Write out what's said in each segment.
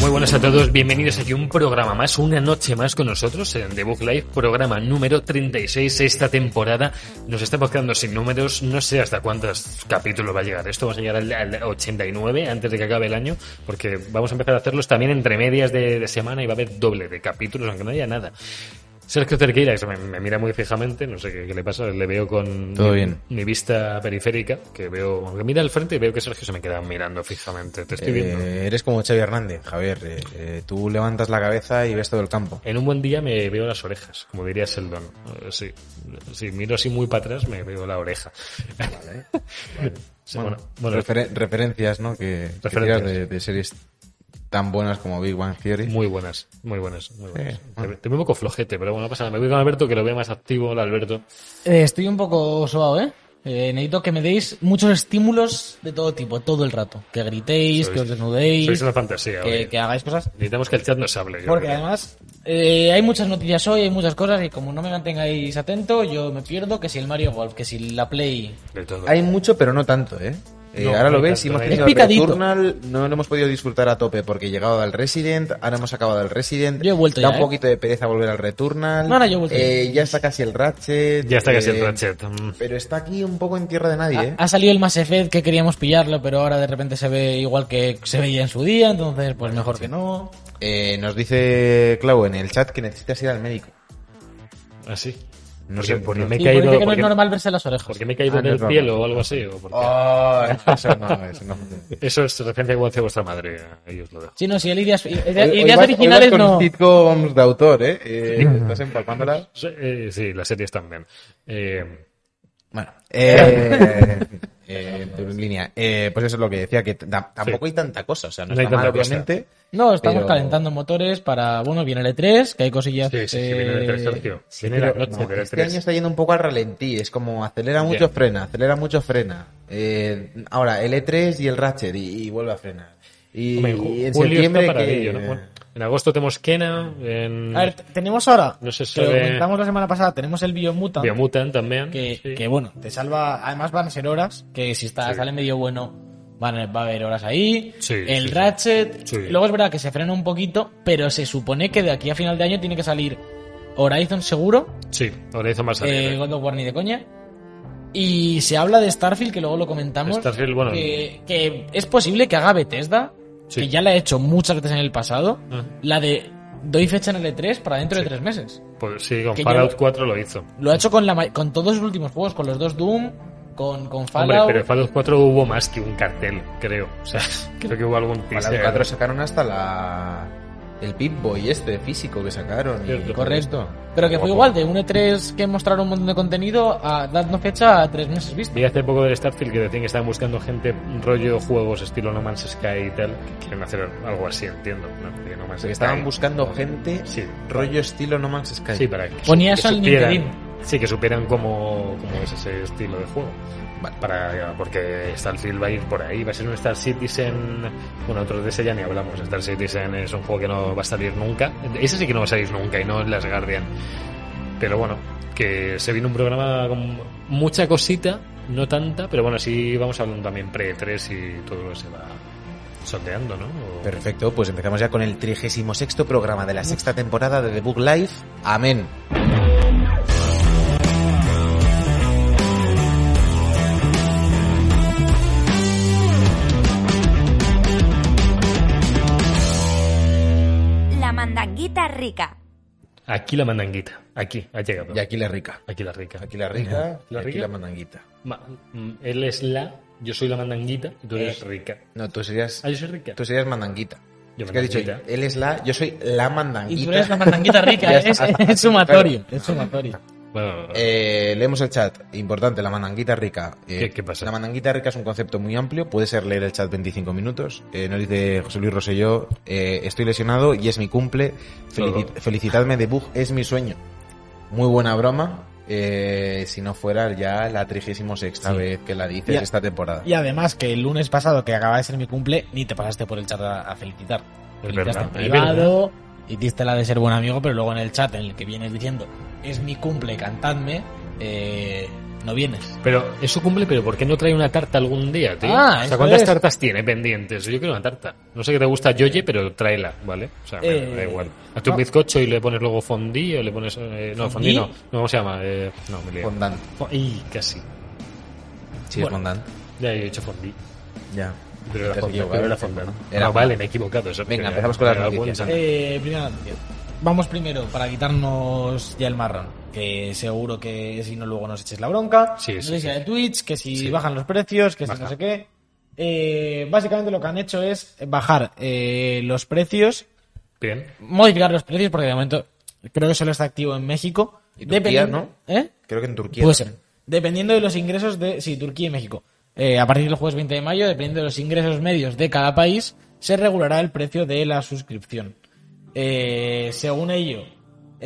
Muy buenas a todos, bienvenidos aquí a un programa más, una noche más con nosotros en The Book Live, programa número 36 esta temporada. Nos estamos quedando sin números, no sé hasta cuántos capítulos va a llegar esto, vamos a llegar al, al 89 antes de que acabe el año, porque vamos a empezar a hacerlos también entre medias de, de semana y va a haber doble de capítulos, aunque no haya nada. Sergio Cerqueira que me, me mira muy fijamente, no sé qué, qué le pasa, le veo con Todo mi, bien. mi vista periférica, que veo, que mira al frente y veo que Sergio se me queda mirando fijamente, te estoy viendo. Eh, eres como Xavi Hernández, Javier. eh, eh, tú levantas la cabeza y ves todo el campo. En un buen día me veo las orejas, como diría Sheldon. Eh, Sí, si miro así muy para atrás me veo la oreja. Sí, bueno, bueno, refer- referencias, ¿no? Que, que Referencias. tiras de, de series tan buenas como Big Bang Theory. muy buenas, muy buenas, muy buenas. Sí, Te- bueno. Te veo un poco flojete, pero bueno, no pasa nada. Me voy con Alberto, que lo veo más activo, el Alberto. Eh, estoy un poco sobado, ¿eh? Eh, Necesito que me deis muchos estímulos de todo tipo, todo el rato. Que gritéis, Sois- que os desnudéis, Sois una fantasía. que, oye. que hagáis cosas. Necesitamos que el chat nos hable. yo Porque creo. además eh, hay muchas noticias hoy, hay muchas cosas y como no me mantengáis atento, yo me pierdo que si el Mario Golf, que si la Play... De todo. Hay mucho, pero no tanto, ¿eh? Eh, No, ahora no lo veis, tanto, hemos eh. tenido Es el picadito. Returnal, no lo hemos podido disfrutar a tope porque llegado al Resident, ahora hemos acabado el Resident. Yo he vuelto da ya, un ¿eh? poquito de pereza volver al Returnal. No, ahora yo he vuelto Eh, ya está casi el Ratchet. Ya está casi el eh, Ratchet. mm. Pero está aquí un poco en tierra de nadie, ¿eh? Ha, ha salido el Mass Effect que queríamos pillarlo, pero ahora de repente se ve igual que se veía en su día, entonces pues mejor que no. Eh, nos dice Clau en el chat que necesitas ir al médico. Así. Ah, No Porque- sé, porque no- me he Sí, caído. parece que no es porque- normal verse las orejas. porque me he caído Ah, en no el es normal. cielo o algo así. o porque- Oh, eso no, eso no. Eso es referencia igual hacia vuestra madre. Ahí os lo dejo. Sí, no, si el ideas, Eh, Hoy- hoy ideas vas- hoy originales vas con no... sitcoms de autor, ¿eh? Eh, estás empalmándola. Sí, eh, sí, las series también. Eh, Bueno, eh, eh, en tu línea. Eh, pues eso es lo que decía, que t- da- tampoco Sí. hay tanta cosa. O sea, no, No hay está mal, tanta cosa. obviamente. No, estamos Pero- calentando motores para, bueno, viene el E3, que hay cosillas. Sí, sí, sí, eh, viene el 3, Sergio. Viene la pero noche no, del este año 3. está yendo un poco al ralentí. Es como acelera Ya. mucho, frena, acelera mucho, frena. Eh, ahora, el E3 y el Ratchet y, y vuelve a frenar. Y, Hombre, en y ju- en julio está septiembre para que- eh, ello, ¿no? Bueno, en agosto tenemos Kena, en A ver, t- tenemos ahora, No sé si que lo de- comentamos la semana pasada, tenemos el Biomutant, Biomutant también. que, sí. que, bueno, te salva, además van a ser horas, que si está, Sí. sale medio bueno, van a- va a haber horas ahí. Sí, el sí, sí. Ratchet, Sí. luego es verdad que se frena un poquito, pero se supone que de aquí a final de año tiene que salir Horizon seguro, Sí, ahora hizo más eh, alegre. God of War ni de coña. Y se habla de Starfield, que luego lo comentamos. Starfield, bueno. que, que es posible que haga Bethesda, Sí. que ya la ha hecho muchas veces en el pasado, Ah. la de doy fecha en el E3 para dentro Sí. de tres meses. Pues sí, con que Fallout ya lo- 4 lo hizo. Lo ha hecho con, la, ma- con todos sus últimos juegos, con los dos Doom, con, con Hombre, Fallout. pero en Fallout 4 hubo más que un cartel, creo. O sea, creo que hubo algún Para teaser. la 4 sacaron hasta la... el Pip-Boy este físico que sacaron. y- Cierto. Correcto. Pero que fue igual, de un E3 que mostraron un montón de contenido a dando fecha a tres meses vista. Vi hace poco del Starfield que decían que estaban buscando gente rollo juegos estilo No Man's Sky y tal, que quieren hacer algo así, entiendo. ¿no? De No Man's O sea, Sky. que estaban buscando gente Sí. rollo estilo No Man's Sky. Sí, para que, Ponía que eso en supieran- LinkedIn. Sí, que supieran cómo, cómo es ese estilo de juego. Vale. Para, porque Starfield va a ir por ahí, va a ser un Star Citizen. Bueno, otros de ese ya ni hablamos. Star Citizen es un juego que no va a salir nunca. Ese sí que no va a salir nunca y no es Las Guardian. Pero bueno, que se viene un programa con mucha cosita, no tanta, pero bueno, sí vamos hablando también pre-3 y todo lo que se va sondeando, ¿no? O- Perfecto, pues empezamos ya con el 36 programa de la sexta temporada de The Book Life. Amén. La mandanguita rica. Aquí la mandanguita, aquí, ha llegado. Y aquí la rica. Aquí la rica. Aquí la rica, La y aquí rica. la mandanguita. Ma- mm, él es la, yo soy la mandanguita y tú eres rica. No, tú serías, Ah, yo soy rica. tú serías mandanguita. Yo es que he dicho, mandanguita. él es la, yo soy la mandanguita. Y tú eres la mandanguita rica, ¿eh? Ya es, está. es sumatorio, es sumatorio. Bueno, Eh, leemos el chat, importante, la mandanguita rica. Eh, ¿Qué- qué pasa? La mandanguita rica es un concepto muy amplio, puede ser leer el chat 25 minutos. Eh, nos dice José Luis Rosselló, eh, estoy lesionado y es mi cumple, Felici- Todo. felicitadme de bug, es mi sueño. Muy buena broma. eh, si no fuera ya la 36 sexta vez que la dices Ya. esta temporada. Y además que el lunes pasado, que acaba de ser mi cumple, ni te pasaste por el chat a, a felicitar. Es Felicitaste verdad, en es privado, hiciste la de ser buen amigo, pero luego en el chat en el que vienes diciendo, es mi cumple, cantadme, eh, no vienes. Pero eso cumple, pero ¿por qué no trae una tarta algún día, tío? Ah, o eso sea, ¿cuántas es. tartas tiene pendientes? Yo quiero una tarta. No sé qué te gusta Yoye, pero tráela, ¿vale? O sea, Eh, me da igual. Haz tu ah. no. bizcocho y le pones luego fondí o le pones... eh, no, fondí ¿Fondí? no. No, ¿Cómo se llama? Eh, no, me lío. Fondant. Fo- Y casi. Sí, Bueno. es fondant. Ya he hecho fondí. Ya. Pero Te era has fondant. equivocado. Pero era fondant. Era Ah, vale, me he equivocado. eso, Venga, que- empezamos con las que era noticias. buen santo. Eh, primera noticia. Vamos primero para quitarnos ya el marrón, que seguro que si no luego nos eches la bronca. Sí, sí, Noticia sí. de Twitch, que si Sí. bajan los precios, que si Baja. no sé qué. Eh, básicamente lo que han hecho es bajar eh, los precios Bien. modificar los precios porque de momento creo que solo está activo en México. Y Turquía, Dependiendo- ¿no? ¿Eh? Creo que en Turquía. Puede también. ser. Dependiendo de los ingresos de... Sí, Turquía y México. Eh, a partir del jueves 20 de mayo, dependiendo de los ingresos medios de cada país, se regulará el precio de la suscripción. Eh, según ello,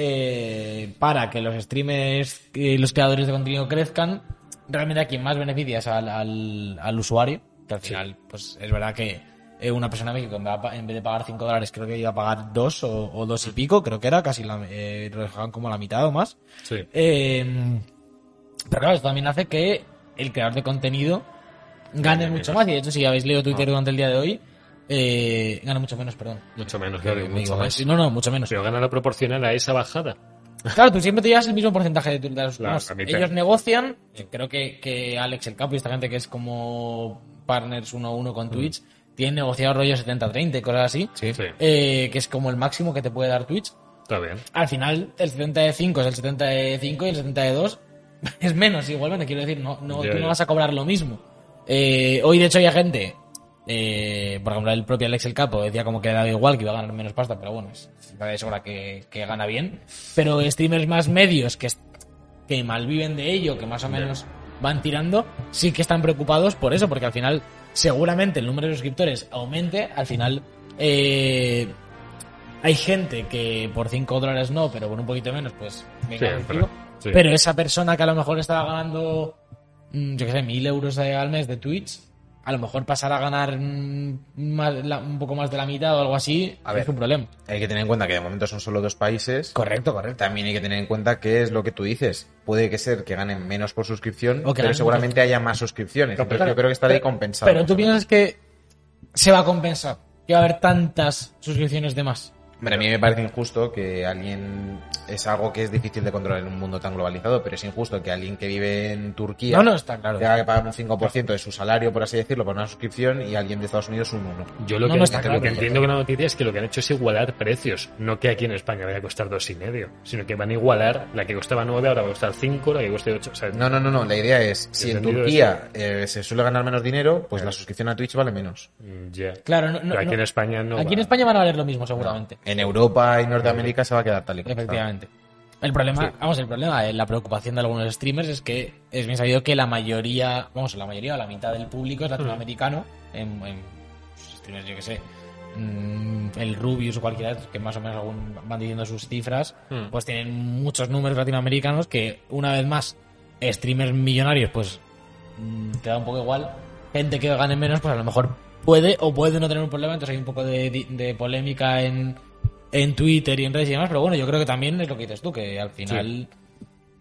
eh, para que los streamers y los creadores de contenido crezcan, realmente a quien más beneficia es al, al- al usuario, que al final, pues es verdad que eh, una persona en México en vez de pa- en vez de pagar 5 dólares, creo que iba a pagar 2 o, o 2 y pico, creo que era, casi la, eh, lo dejaban como la mitad o más. Sí. Eh, pero claro, esto también hace que el creador de contenido gane Gane menos. mucho Ah. más. Y de hecho, si habéis leído Twitter durante el día de hoy, eh, gana mucho menos, perdón. Mucho menos, claro, Me mucho equivoqué. más. Sí, No, no, mucho menos. Pero gana la proporcional a esa bajada. Claro, tú siempre te llevas el mismo porcentaje de, tu- de los La- demás. la mitad. Ellos negocian. Creo que, que Alex el Capo y esta gente que es como partners uno a uno con Twitch, tienen negociado rollo 70-30 y cosas así. Sí. Mm. Sí. eh, que es como el máximo que te puede dar Twitch. Está bien. al final el 70 de 5 es el 70 de 5 y el 70 de 2 es menos igualmente. Quiero decir, no, no, Ya, tú no ya. vas a cobrar lo mismo. Eh, hoy, de hecho, había gente, eh, por ejemplo, el propio Alex el Capo decía como que le daba igual, que iba a ganar menos pasta, pero bueno, es está de sobra que, que gana bien. Pero streamers más medios que, es- que malviven de ello, que más o menos van tirando, sí que están preocupados por eso, porque al final seguramente el número de suscriptores aumente, al final... Eh, hay gente que por 5 dólares no, pero por un poquito menos, pues venga, Sí, contigo. pero- pero, sí. esa persona que a lo mejor estaba ganando, mm, yo qué sé, mil euros al mes de Twitch, a lo mejor pasar a ganar mm, más- la- un poco más de la mitad o algo así, A ver. es un problema. Hay que tener en cuenta que de momento son solo dos países. Correcto, correcto. También hay que tener en cuenta qué es lo que tú dices. Puede que ser que ganen menos por suscripción, O que pero ganen seguramente haya más suscripciones. No, Entonces pero- yo creo que estará ahí compensado. Pero tú piensas que se va a compensar, que va a haber tantas suscripciones de más. Hombre, a mí me parece injusto que alguien... Es algo que es difícil de controlar en un mundo tan globalizado, pero es injusto que alguien que vive en Turquía No, no, está claro. tenga que pagar un 5% de su salario, por así decirlo, por una suscripción y alguien de Estados Unidos un 1. Yo lo No, que, no está lo claro, que no está entiendo que la noticia es que lo que han hecho es igualar precios, no que aquí en España vaya a costar dos y medio, sino que van a igualar la que costaba nueve, ahora va a costar cinco, la que coste ocho. O sea, No, no, no, no. La idea es, si en entendido Turquía eh, se suele ganar menos dinero, pues la suscripción a Twitch vale menos. mm, ya. Claro, no- no- Pero aquí no- en España no. Aquí en va. España van a valer lo mismo, seguramente. En Europa y Norteamérica se va a quedar tal y como está. Efectivamente. El problema, vamos, el problema, eh, la preocupación de algunos streamers es que es bien sabido que la mayoría, vamos, la mayoría o la mitad del público es Mm. latinoamericano. En, en streamers, yo que sé, mm, el Rubius o cualquiera, de estos, que más o menos algún- van diciendo sus cifras, Mm. pues tienen muchos números latinoamericanos que, una vez más, streamers millonarios, pues mm, te da un poco igual. Gente que gane menos, pues a lo mejor puede o puede no tener un problema. Entonces hay un poco de, di- de polémica en, en Twitter y en redes y demás. Pero bueno, yo creo que también es lo que dices tú, que al final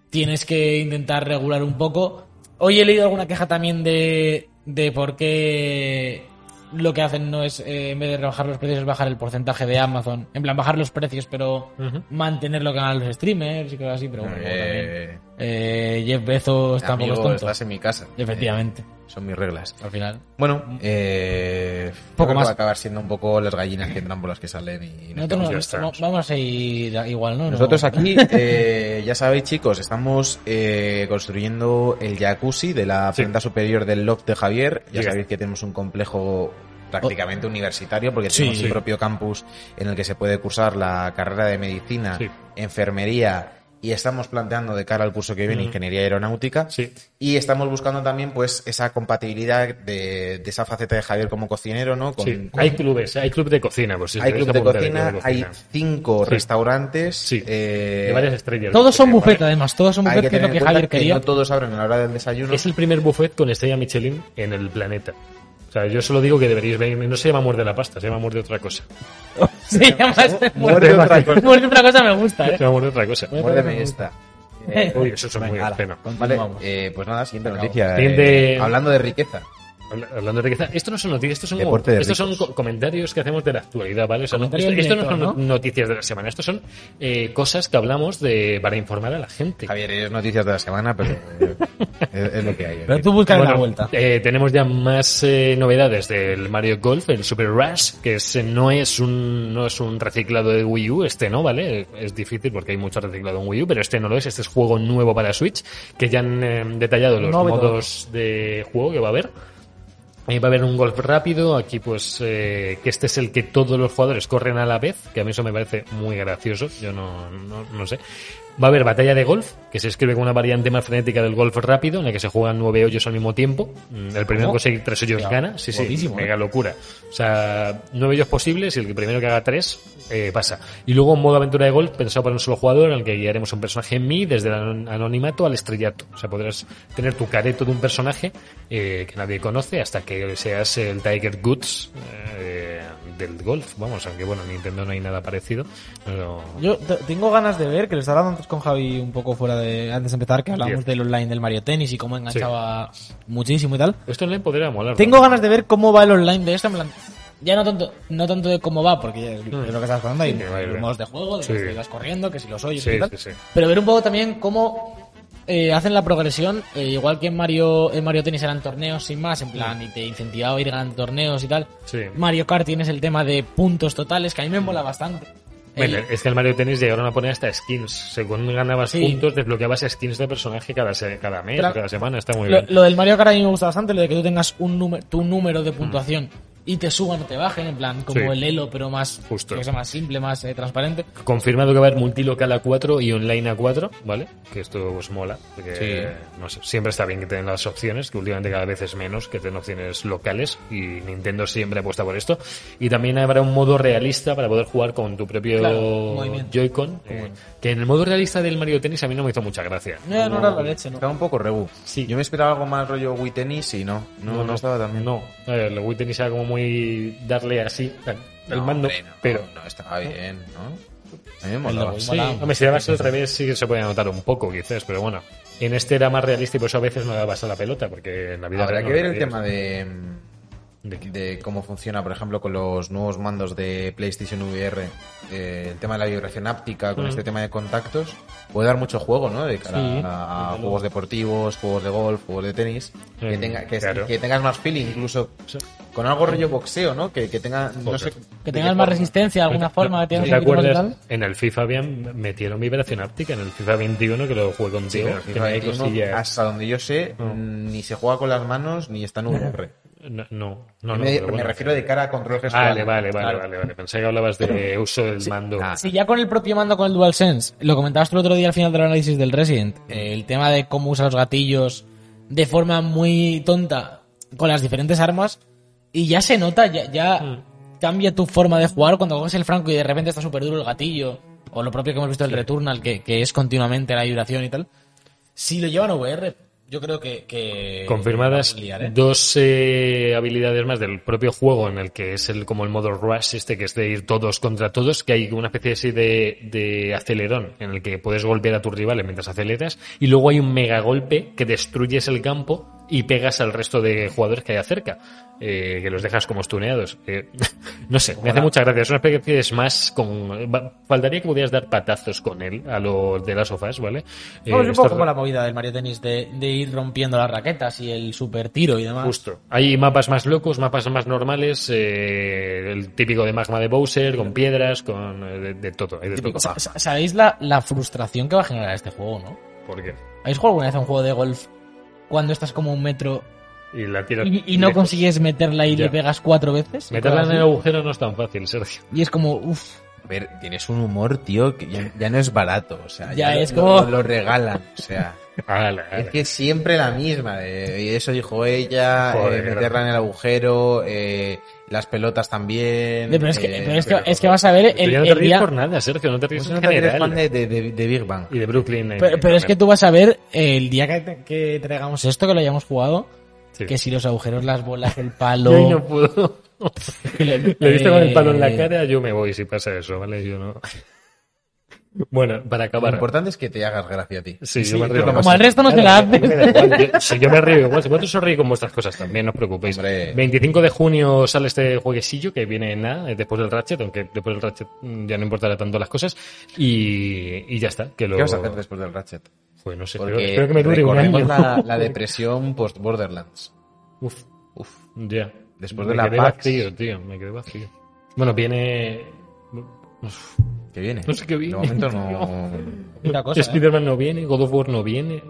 tienes que intentar regular un poco. Hoy he leído alguna queja también de, de por qué lo que hacen no es, eh, en vez de bajar los precios, es bajar el porcentaje de Amazon. En plan, bajar los precios, pero Ujú. mantener lo que ganan los streamers y cosas así. Pero bueno, luego también. Eh, Eh, Jeff Bezos tampoco amigo, es tonto. estás en mi casa. Efectivamente, Eh, son mis reglas. al final. Bueno, eh, yo Poco creo que más. Va a acabar siendo un poco las gallinas que entran por las que salen. Y no Nosotros ya no- está. no- vamos a ir a- igual, ¿no? Nosotros No- aquí, eh, ya sabéis chicos, estamos eh, construyendo el jacuzzi de la Sí. planta superior del loft de Javier. Ya Sí. Oh. sabéis que tenemos un complejo prácticamente universitario porque tenemos Sí. un propio campus en el que se puede cursar la carrera de medicina, Sí. enfermería y estamos planteando de cara al curso que viene Ingeniería Aeronáutica Sí. y estamos buscando también pues esa compatibilidad de, de esa faceta de Javier como cocinero, ¿no? Con- Sí, con- hay clubes, hay club de cocina, por si os hay queréis club de apuntar al cocina, club de hay cinco Sí. restaurantes Sí, eh, de varias estrellas. Todos son Vale. buffet, además, todos son hay buffet, que que es tener lo que en cuenta Javier que quería. no todos abren a la hora del desayuno. Es el primer buffet con estrella Michelin en el planeta. O sea, yo solo digo que deberíais venir. No se llama Muerde la Pasta, se llama Muerde otra cosa. Sí, además, Muerde otra cosa. Muerde otra cosa me gusta, Se eh. llama Muerde otra cosa. Muérdeme esta. Eh, Uy, eso es muy Venga, ala, obsceno. vale, continuamos. eh, pues nada, siguiente noticia. Siguiente- eh, hablando de riqueza. Habla- Hablando de riqueza, esto no son noticias, estos son, como- Deporte de estos son co- comentarios que hacemos de la actualidad, ¿vale? O sea, no- esto, Comentario esto no directo, son no- ¿no? noticias de la semana, esto son eh, cosas que hablamos de, para informar a la gente. Javier, es noticias de la semana, pero eh, es, es lo que hay. Pero tú buscas Bueno, una vuelta. eh, tenemos ya más eh, novedades del Mario Golf, el Super Rush, que es, eh, no, es un, no es un reciclado de Wii U, este no, ¿vale? Es difícil porque hay mucho reciclado en Wii U, pero este no lo es, este es juego nuevo para Switch, que ya han eh, detallado los Novedoso. modos de juego que va a haber. Eh, va a haber un golf rápido, aquí pues eh, que este es el que todos los jugadores corren a la vez, que a mí eso me parece muy gracioso, yo no, no, no sé. Va a haber batalla de golf, que se escribe con una variante más frenética del golf rápido, en la que se juegan nueve hoyos al mismo tiempo. Mm, El primero que ¿Cómo? conseguir tres hoyos Hostia, ¿eh? gana, sí, sí, guapísimo, mega locura. O sea, nueve hoyos posibles y el primero que haga tres eh, pasa. Y luego un modo aventura de golf pensado para un solo jugador, en el que guiaremos a un personaje en mí desde el anon- anonimato al estrellato. O sea, podrás tener tu careto de un personaje eh, que nadie conoce hasta que seas el Tiger Goods eh, del golf. Vamos, aunque bueno, en Nintendo no hay nada parecido. pero- Yo te- tengo ganas de ver, que lo estaba hablando antes con Javi un poco fuera de... Antes de empezar, que Bien. hablamos del online del Mario Tennis y cómo enganchaba muchísimo y tal. Esto online podría molar. Tengo ¿no? ganas de ver cómo va el online de esto, en plan... Ya no tanto, no tanto de cómo va, porque ya es es lo que estás hablando, hay Mm. Sí, vale, vale. modos de juego, de Sí. que si vas corriendo, que si los oyes Sí, y tal. sí, sí. Pero ver un poco también cómo eh, hacen la progresión, eh, igual que en Mario, en Mario Tennis eran torneos sin más, en plan, y te incentivaba a ir ganando torneos y tal. Mm. Sí. Mm. Mario Kart tienes el tema de puntos totales, que a mí me mola bastante. Bueno, El- es que el Mario Tennis llegaron a poner hasta skins. Según ganabas Sí. puntos, desbloqueabas skins de personaje cada, se- cada mes, Claro. cada semana. Está muy Lo, bien. lo del Mario Kart a mí me gusta bastante, lo de que tú tengas un número, tu número de puntuación y te suban o te bajen, en plan, como Mm. Sí. el Elo, pero más, Justo. yo que sé, más simple, más eh, transparente. Confirmado que va a haber multilocal a 4 y online a 4, ¿vale? Que esto os mola. Porque, Sí. no sé, siempre está bien que tengan las opciones, que últimamente cada vez es menos, que tengan opciones locales. Y Nintendo siempre apuesta por esto. Y también habrá un modo realista para poder jugar con tu propio Claro, movimiento. Joy-Con. eh, que en el modo realista del Mario Tennis a mí no me hizo mucha gracia. No, no era la leche, ¿no? Estaba un poco rebu. Sí. Yo me esperaba algo más rollo Wii Tennis y no. No, no, estaba también. No, a ver, el Wii Tennis era como muy darle así al al No, mando, hombre, no, pero... No, estaba bien, ¿no? A mí me El molaba. de Wii Sí, molaba. hombre, si dabas al revés sí que se puede anotar un poco, quizás, pero bueno. En este era más realista y por eso a veces no dabas a la pelota, porque en la vida... Habrá real que no ver el darías. tema de, mm, de cómo funciona, por ejemplo, con los nuevos mandos de PlayStation VR. eh, el tema de la vibración áptica, con Mm. este tema de contactos. Puede dar mucho juego, ¿no? De cara Sí, a juegos deportivos, juegos de golf, juegos de tenis. que, Mm, tenga- que- claro. que tengas más feeling, incluso con algo rollo boxeo, ¿no? Que, que tenga, no Joder. sé, Que de tengas qué más forma. resistencia, alguna forma, que ¿No tengas te un poquito más de acuerdas? tal. En el FIFA habían metieron vibración áptica, en el FIFA 21 que lo jugué Sí, contigo, pero el que FIFA no hay 21, cosillas... hasta donde yo sé, ni se juega con las manos ni está en VR. No, no, no. no, me, pero me bueno. refiero de cara a control gestual. Vale, vale, vale, Claro. vale, vale. Pensé que hablabas de uso del mando. Ah, Si ya con el propio mando con el DualSense, lo comentabas tú el otro día al final del análisis del Resident, eh, el tema de cómo usa los gatillos de forma muy tonta con las diferentes armas, y ya se nota, ya, ya Hmm. cambia tu forma de jugar cuando coges el franco y de repente está súper duro el gatillo, o lo propio que hemos visto del Returnal, que, que es continuamente la vibración y tal. Si lo llevan a VR, yo creo que... que Confirmadas la pueden liar, ¿eh? dos eh, habilidades más del propio juego en el que es el como el modo rush este que es de ir todos contra todos que hay una especie así de, de acelerón en el que puedes golpear a tus rivales mientras aceleras y luego hay un mega golpe que destruyes el campo y pegas al resto de jugadores que haya cerca eh, que los dejas como estuneados Eh, no sé me hace mucha gracia es una especie de smash con va- faltaría que pudieras dar patazos con él a los de las sofás vale Eh, Vamos, un esto- poco como la movida del Mario Tennis de, de ir rompiendo las raquetas y el super tiro y demás. Justo. Hay mapas más locos, mapas más normales, eh, el típico de magma de Bowser, con piedras, con eh, de, de todo. Hay de todo. Ah, Sa- sa- ¿Sabéis la, la frustración que va a generar este juego, no? ¿Por qué? ¿Habéis jugado alguna vez a un juego de golf cuando estás como a un metro Y la tira y, y no lejos. consigues meterla y Ya. le pegas cuatro veces? Meterla en el Cosas así. agujero no es tan fácil, Sergio. Y es como, uff, A ver, tienes un humor, tío, que ya, ya no es barato. O sea, Ya ya, lo- es como- lo- lo regalan. O sea. Ala, ala. Es que es siempre la misma. eh, y eso dijo ella, eh, Joder. meterla en el agujero, eh, las pelotas también. Pero es que, eh, pero es que, pero- es que vas a ver Tú el, ya no te el ríes día. por nada, Sergio, no te ríes Pues en no te crees fan general. de, de- de- de Big Bang. Y de Brooklyn. eh, Pero, pero es que también. tú vas a ver el día que, te- que traigamos esto, que lo hayamos jugado, Sí. que si los agujeros, las bolas, el palo. Yo ahí no puedo. que le, Le diste con el palo en la eh, cara, yo me voy si pasa eso, ¿vale? Yo no. Bueno, para Lo acabar. importante es que te hagas gracia a ti. Sí, Sí, yo me tú río. como Como al al resto no te la haces. Si yo me río igual, si vosotros os reís con vuestras cosas también, no os preocupéis. Hombre. 25 de junio sale este jueguecillo que viene en nada, eh, después del Ratchet, aunque después del Ratchet mm, ya no importará tanto las cosas. Y, y ya está. Que lo... ¿Qué vas a hacer después del Ratchet? Pues no sé, espero, Porque espero que me dure un recordemos año. La, la depresión post-Borderlands. Uf, Uf. ya. Después me de la quedé PAX. vacío, tío, me quedé vacío. Bueno, viene... Uf, Que viene. No sé qué viene, De momento no. tío. Otra cosa, ¿eh? Spider-Man no viene, God of War no viene.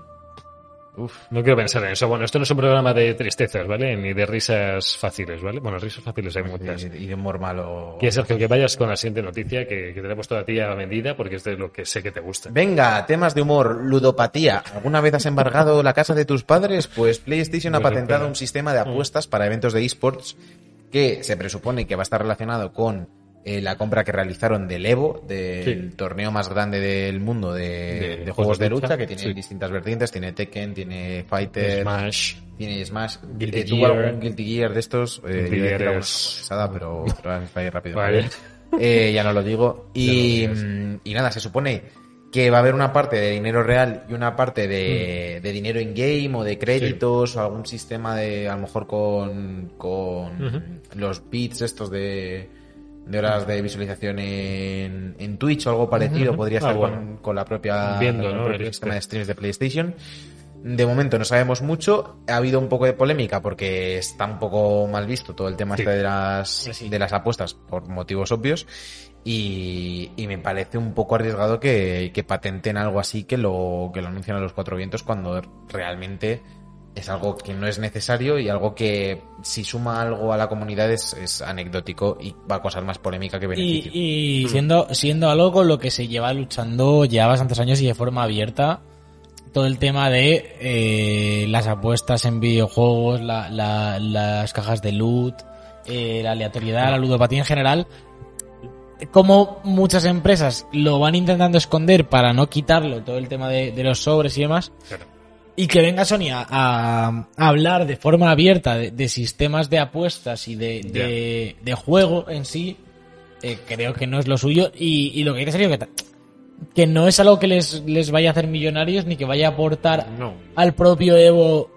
Uf. No quiero pensar en eso. Bueno, esto no es un programa de tristezas, ¿vale? Ni de risas fáciles, ¿vale? Bueno, risas fáciles hay muchas. Y, y de humor malo. Y Sergio, que vayas con la siguiente noticia que, que te la he puesto a ti a vendida porque es de lo que sé que te gusta. Venga, temas de humor, ludopatía. ¿Alguna vez has embargado la casa de tus padres? Pues PlayStation ha Pues patentado espera. un sistema de apuestas para eventos de esports que se presupone que va a estar relacionado con eh, la compra que realizaron del Evo, del Sí. torneo más grande del mundo de, de juegos de lucha, que tiene sí. distintas vertientes, tiene Tekken, tiene Fighter, Smash. tiene Smash, Guilty Eh, tuvo Gear. algún Guilty Gear de estos, eh, Guilty iba a decir Gear alguna es- confesada, pero, pero ahora me falla rápido. Vale. Eh, ya no lo digo. Y, Ya no lo mm, y nada, se supone que va a haber una parte de dinero real y una parte de, Mm. de dinero in-game o de créditos o algún sistema de, a lo mejor con, con Ujú. los bits estos de, de horas de visualización en, en Twitch o algo parecido. Ujú. Podría Ah, estar bueno. con, con la propia, Viendo, el ¿no? propio El sistema este. de streams de PlayStation. De momento no sabemos mucho. Ha habido un poco de polémica porque está un poco mal visto todo el tema Sí. este de las, Sí. de las apuestas por motivos obvios. Y, y me parece un poco arriesgado que, que patenten algo así que lo, que lo anuncian a los cuatro vientos cuando realmente es algo que no es necesario y algo que si suma algo a la comunidad es, es anecdótico y va a causar más polémica que Y, beneficio. y siendo, siendo algo con lo que se lleva luchando ya bastantes años y de forma abierta, todo el tema de eh, las apuestas en videojuegos, la- la- las cajas de loot, eh, la aleatoriedad, la ludopatía en general, como muchas empresas lo van intentando esconder para no quitarlo, todo el tema de, de los sobres y demás, Claro. y que venga Sony a, a- a hablar de forma abierta de, de sistemas de apuestas y de, de- de juego en sí, eh, creo que no es lo suyo. Y, y lo que hay que decir es que, ta- que no es algo que les, les vaya a hacer millonarios ni que vaya a aportar No. al propio Evo.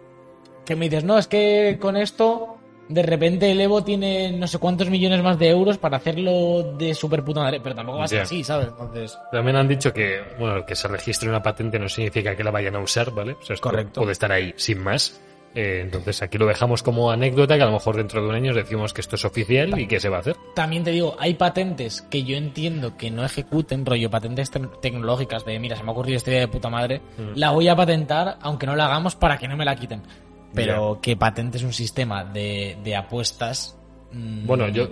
Que me dices, no, es que con esto de repente el Evo tiene no sé cuántos millones más de euros para hacerlo de super puta madre, pero tampoco va a ser Ya. así, ¿sabes? Entonces, También han dicho que, bueno, que se registre una patente no significa que la vayan a usar, ¿vale? O sea, esto Correcto. Puede estar ahí sin más. Eh, entonces aquí lo dejamos como anécdota que a lo mejor dentro de un año decimos que esto es oficial y que se va a hacer. También te digo, hay patentes que yo entiendo que no ejecuten, rollo, patentes te- tecnológicas de, mira, se me ha ocurrido esta idea de puta madre, Mm. la voy a patentar aunque no la hagamos para que no me la quiten. Pero que patentes un sistema de, de apuestas... mm, Bueno, yo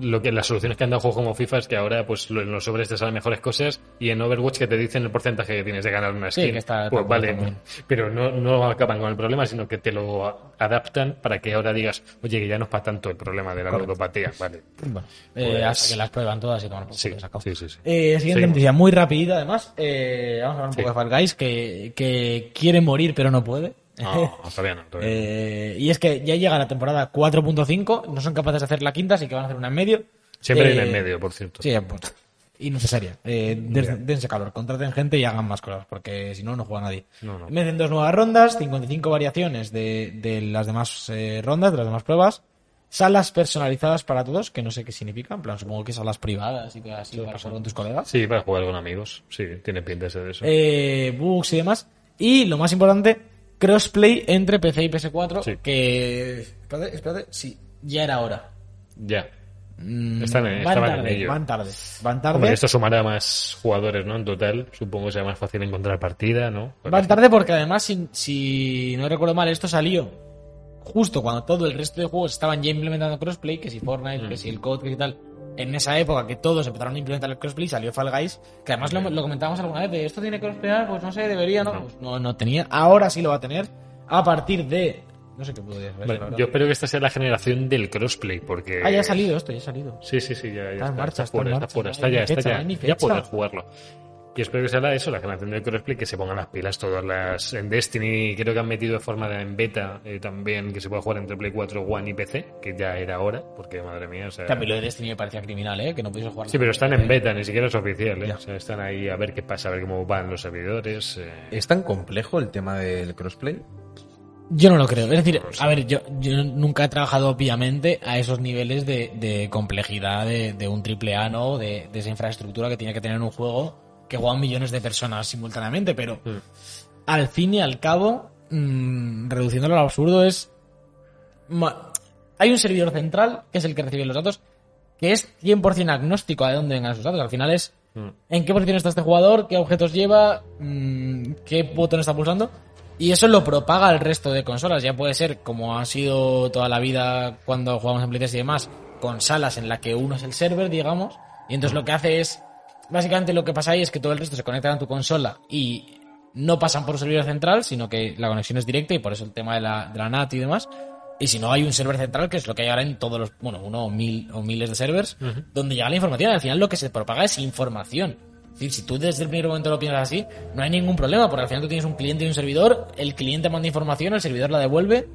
lo que las soluciones que han dado juegos como FIFA es que ahora pues lo- en los sobres te salen mejores cosas y en Overwatch que te dicen el porcentaje que tienes de ganar una Sí, skin. que está pues tampoco vale, también. pero no, no acaban con el problema, sino que te lo a- adaptan para que ahora digas, oye, que ya no es para tanto el problema de la ludopatía, vale. bueno, eh, Pues- hasta que las prueban todas y tomar por Sí, culo, Pues se acabó. sí, sí, sí. Eh, siguiente Seguimos. noticia, muy rapidita además. Eh, vamos a hablar un Sí. poco de Fall Guys, que, que quiere morir pero no puede. No, todavía no, todavía no. Eh, y es que ya llega la temporada 4.5, no son capaces de hacer la quinta, así que van a hacer una en medio. Siempre hay Eh, una en medio, por cierto. Sí, pues, innecesaria. Eh, des- dense calor, contraten gente y hagan más cosas, porque si no, no juega nadie. No, no. Meten dos nuevas rondas, 55 variaciones de, de las demás eh, rondas, de las demás pruebas. Salas personalizadas para todos, que no sé qué significa, en plan, supongo que salas privadas y cosas así para jugar con tus colegas. Sí, para jugar con amigos. Sí, tiene pinta ese de eso. eh, bugs y demás. Y lo más importante, crossplay entre PC y PS4, Sí. que... Espérate, espérate, sí, ya era hora. ya. Mm, Están en- van estaban en tarde, ello. van tarde, van tarde. Hombre, esto sumará más jugadores, ¿no? En total, supongo que será más fácil encontrar partida, ¿no? Porque- Van tarde porque además, si, si no recuerdo mal, esto salió justo cuando todo el resto de juegos estaban ya implementando crossplay, que si Fortnite, que si el COD, que si tal. en esa época que todos empezaron a implementar el crossplay, salió Fall Guys, que además lo, lo comentábamos alguna vez, de esto tiene crossplay, pues no sé, debería, ¿no? Pues no, no tenía. Ahora sí lo va a tener a partir de... No sé qué pude ver. Vale, la verdad. yo espero que esta sea la generación del crossplay, porque... Ah, ya ha salido esto, ya ha salido. Sí, sí, sí, ya, ya Está en marcha, está fuera, en está marcha, fuera, ya está hay ya, ni está fecha, ya. hay ni Ya pueden fecha. jugarlo. Y espero que sea la, eso, la generación del crossplay, que se pongan las pilas todas las. En Destiny creo que han metido de forma de, en beta eh, también que se pueda jugar entre Play 4, One y PC, que ya era hora, porque madre mía, o sea. También lo de Destiny me parecía criminal, ¿eh? Que no pudiese jugar. Eh. Sí, pero están en beta, ni siquiera es oficial, ¿eh? O sea, están ahí a ver qué pasa, a ver cómo van los servidores. eh. ¿Es tan complejo el tema del crossplay? Yo no lo creo. Es decir, a ver, yo, yo nunca he trabajado obviamente a esos niveles de, de complejidad de, de un triple A, ¿no? De, de esa infraestructura que tiene que tener un juego que juegan millones de personas simultáneamente, pero al fin y al cabo, mm, reduciéndolo al absurdo, es... ma- Hay un servidor central, que es el que recibe los datos, que es 100% agnóstico a de dónde vengan sus datos. Al final es Mm. en qué posición está este jugador, qué objetos lleva, Mm, qué botón está pulsando. Y eso lo propaga al resto de consolas. Ya puede ser, como ha sido toda la vida cuando jugamos en Play 3 y demás, con salas en la que uno es el server, digamos. Y entonces lo que hace es. Básicamente lo que pasa ahí es que todo el resto se conecta a tu consola y no pasan por un servidor central, sino que la conexión es directa y por eso el tema de la, de la NAT y demás. Y si no hay un server central, que es lo que hay ahora en todos los, bueno, uno o mil o miles de servers, donde llega la información, al final lo que se propaga es información. Es decir, si tú desde el primer momento lo piensas así, no hay ningún problema, porque al final tú tienes un cliente y un servidor, el cliente manda información, el servidor la devuelve.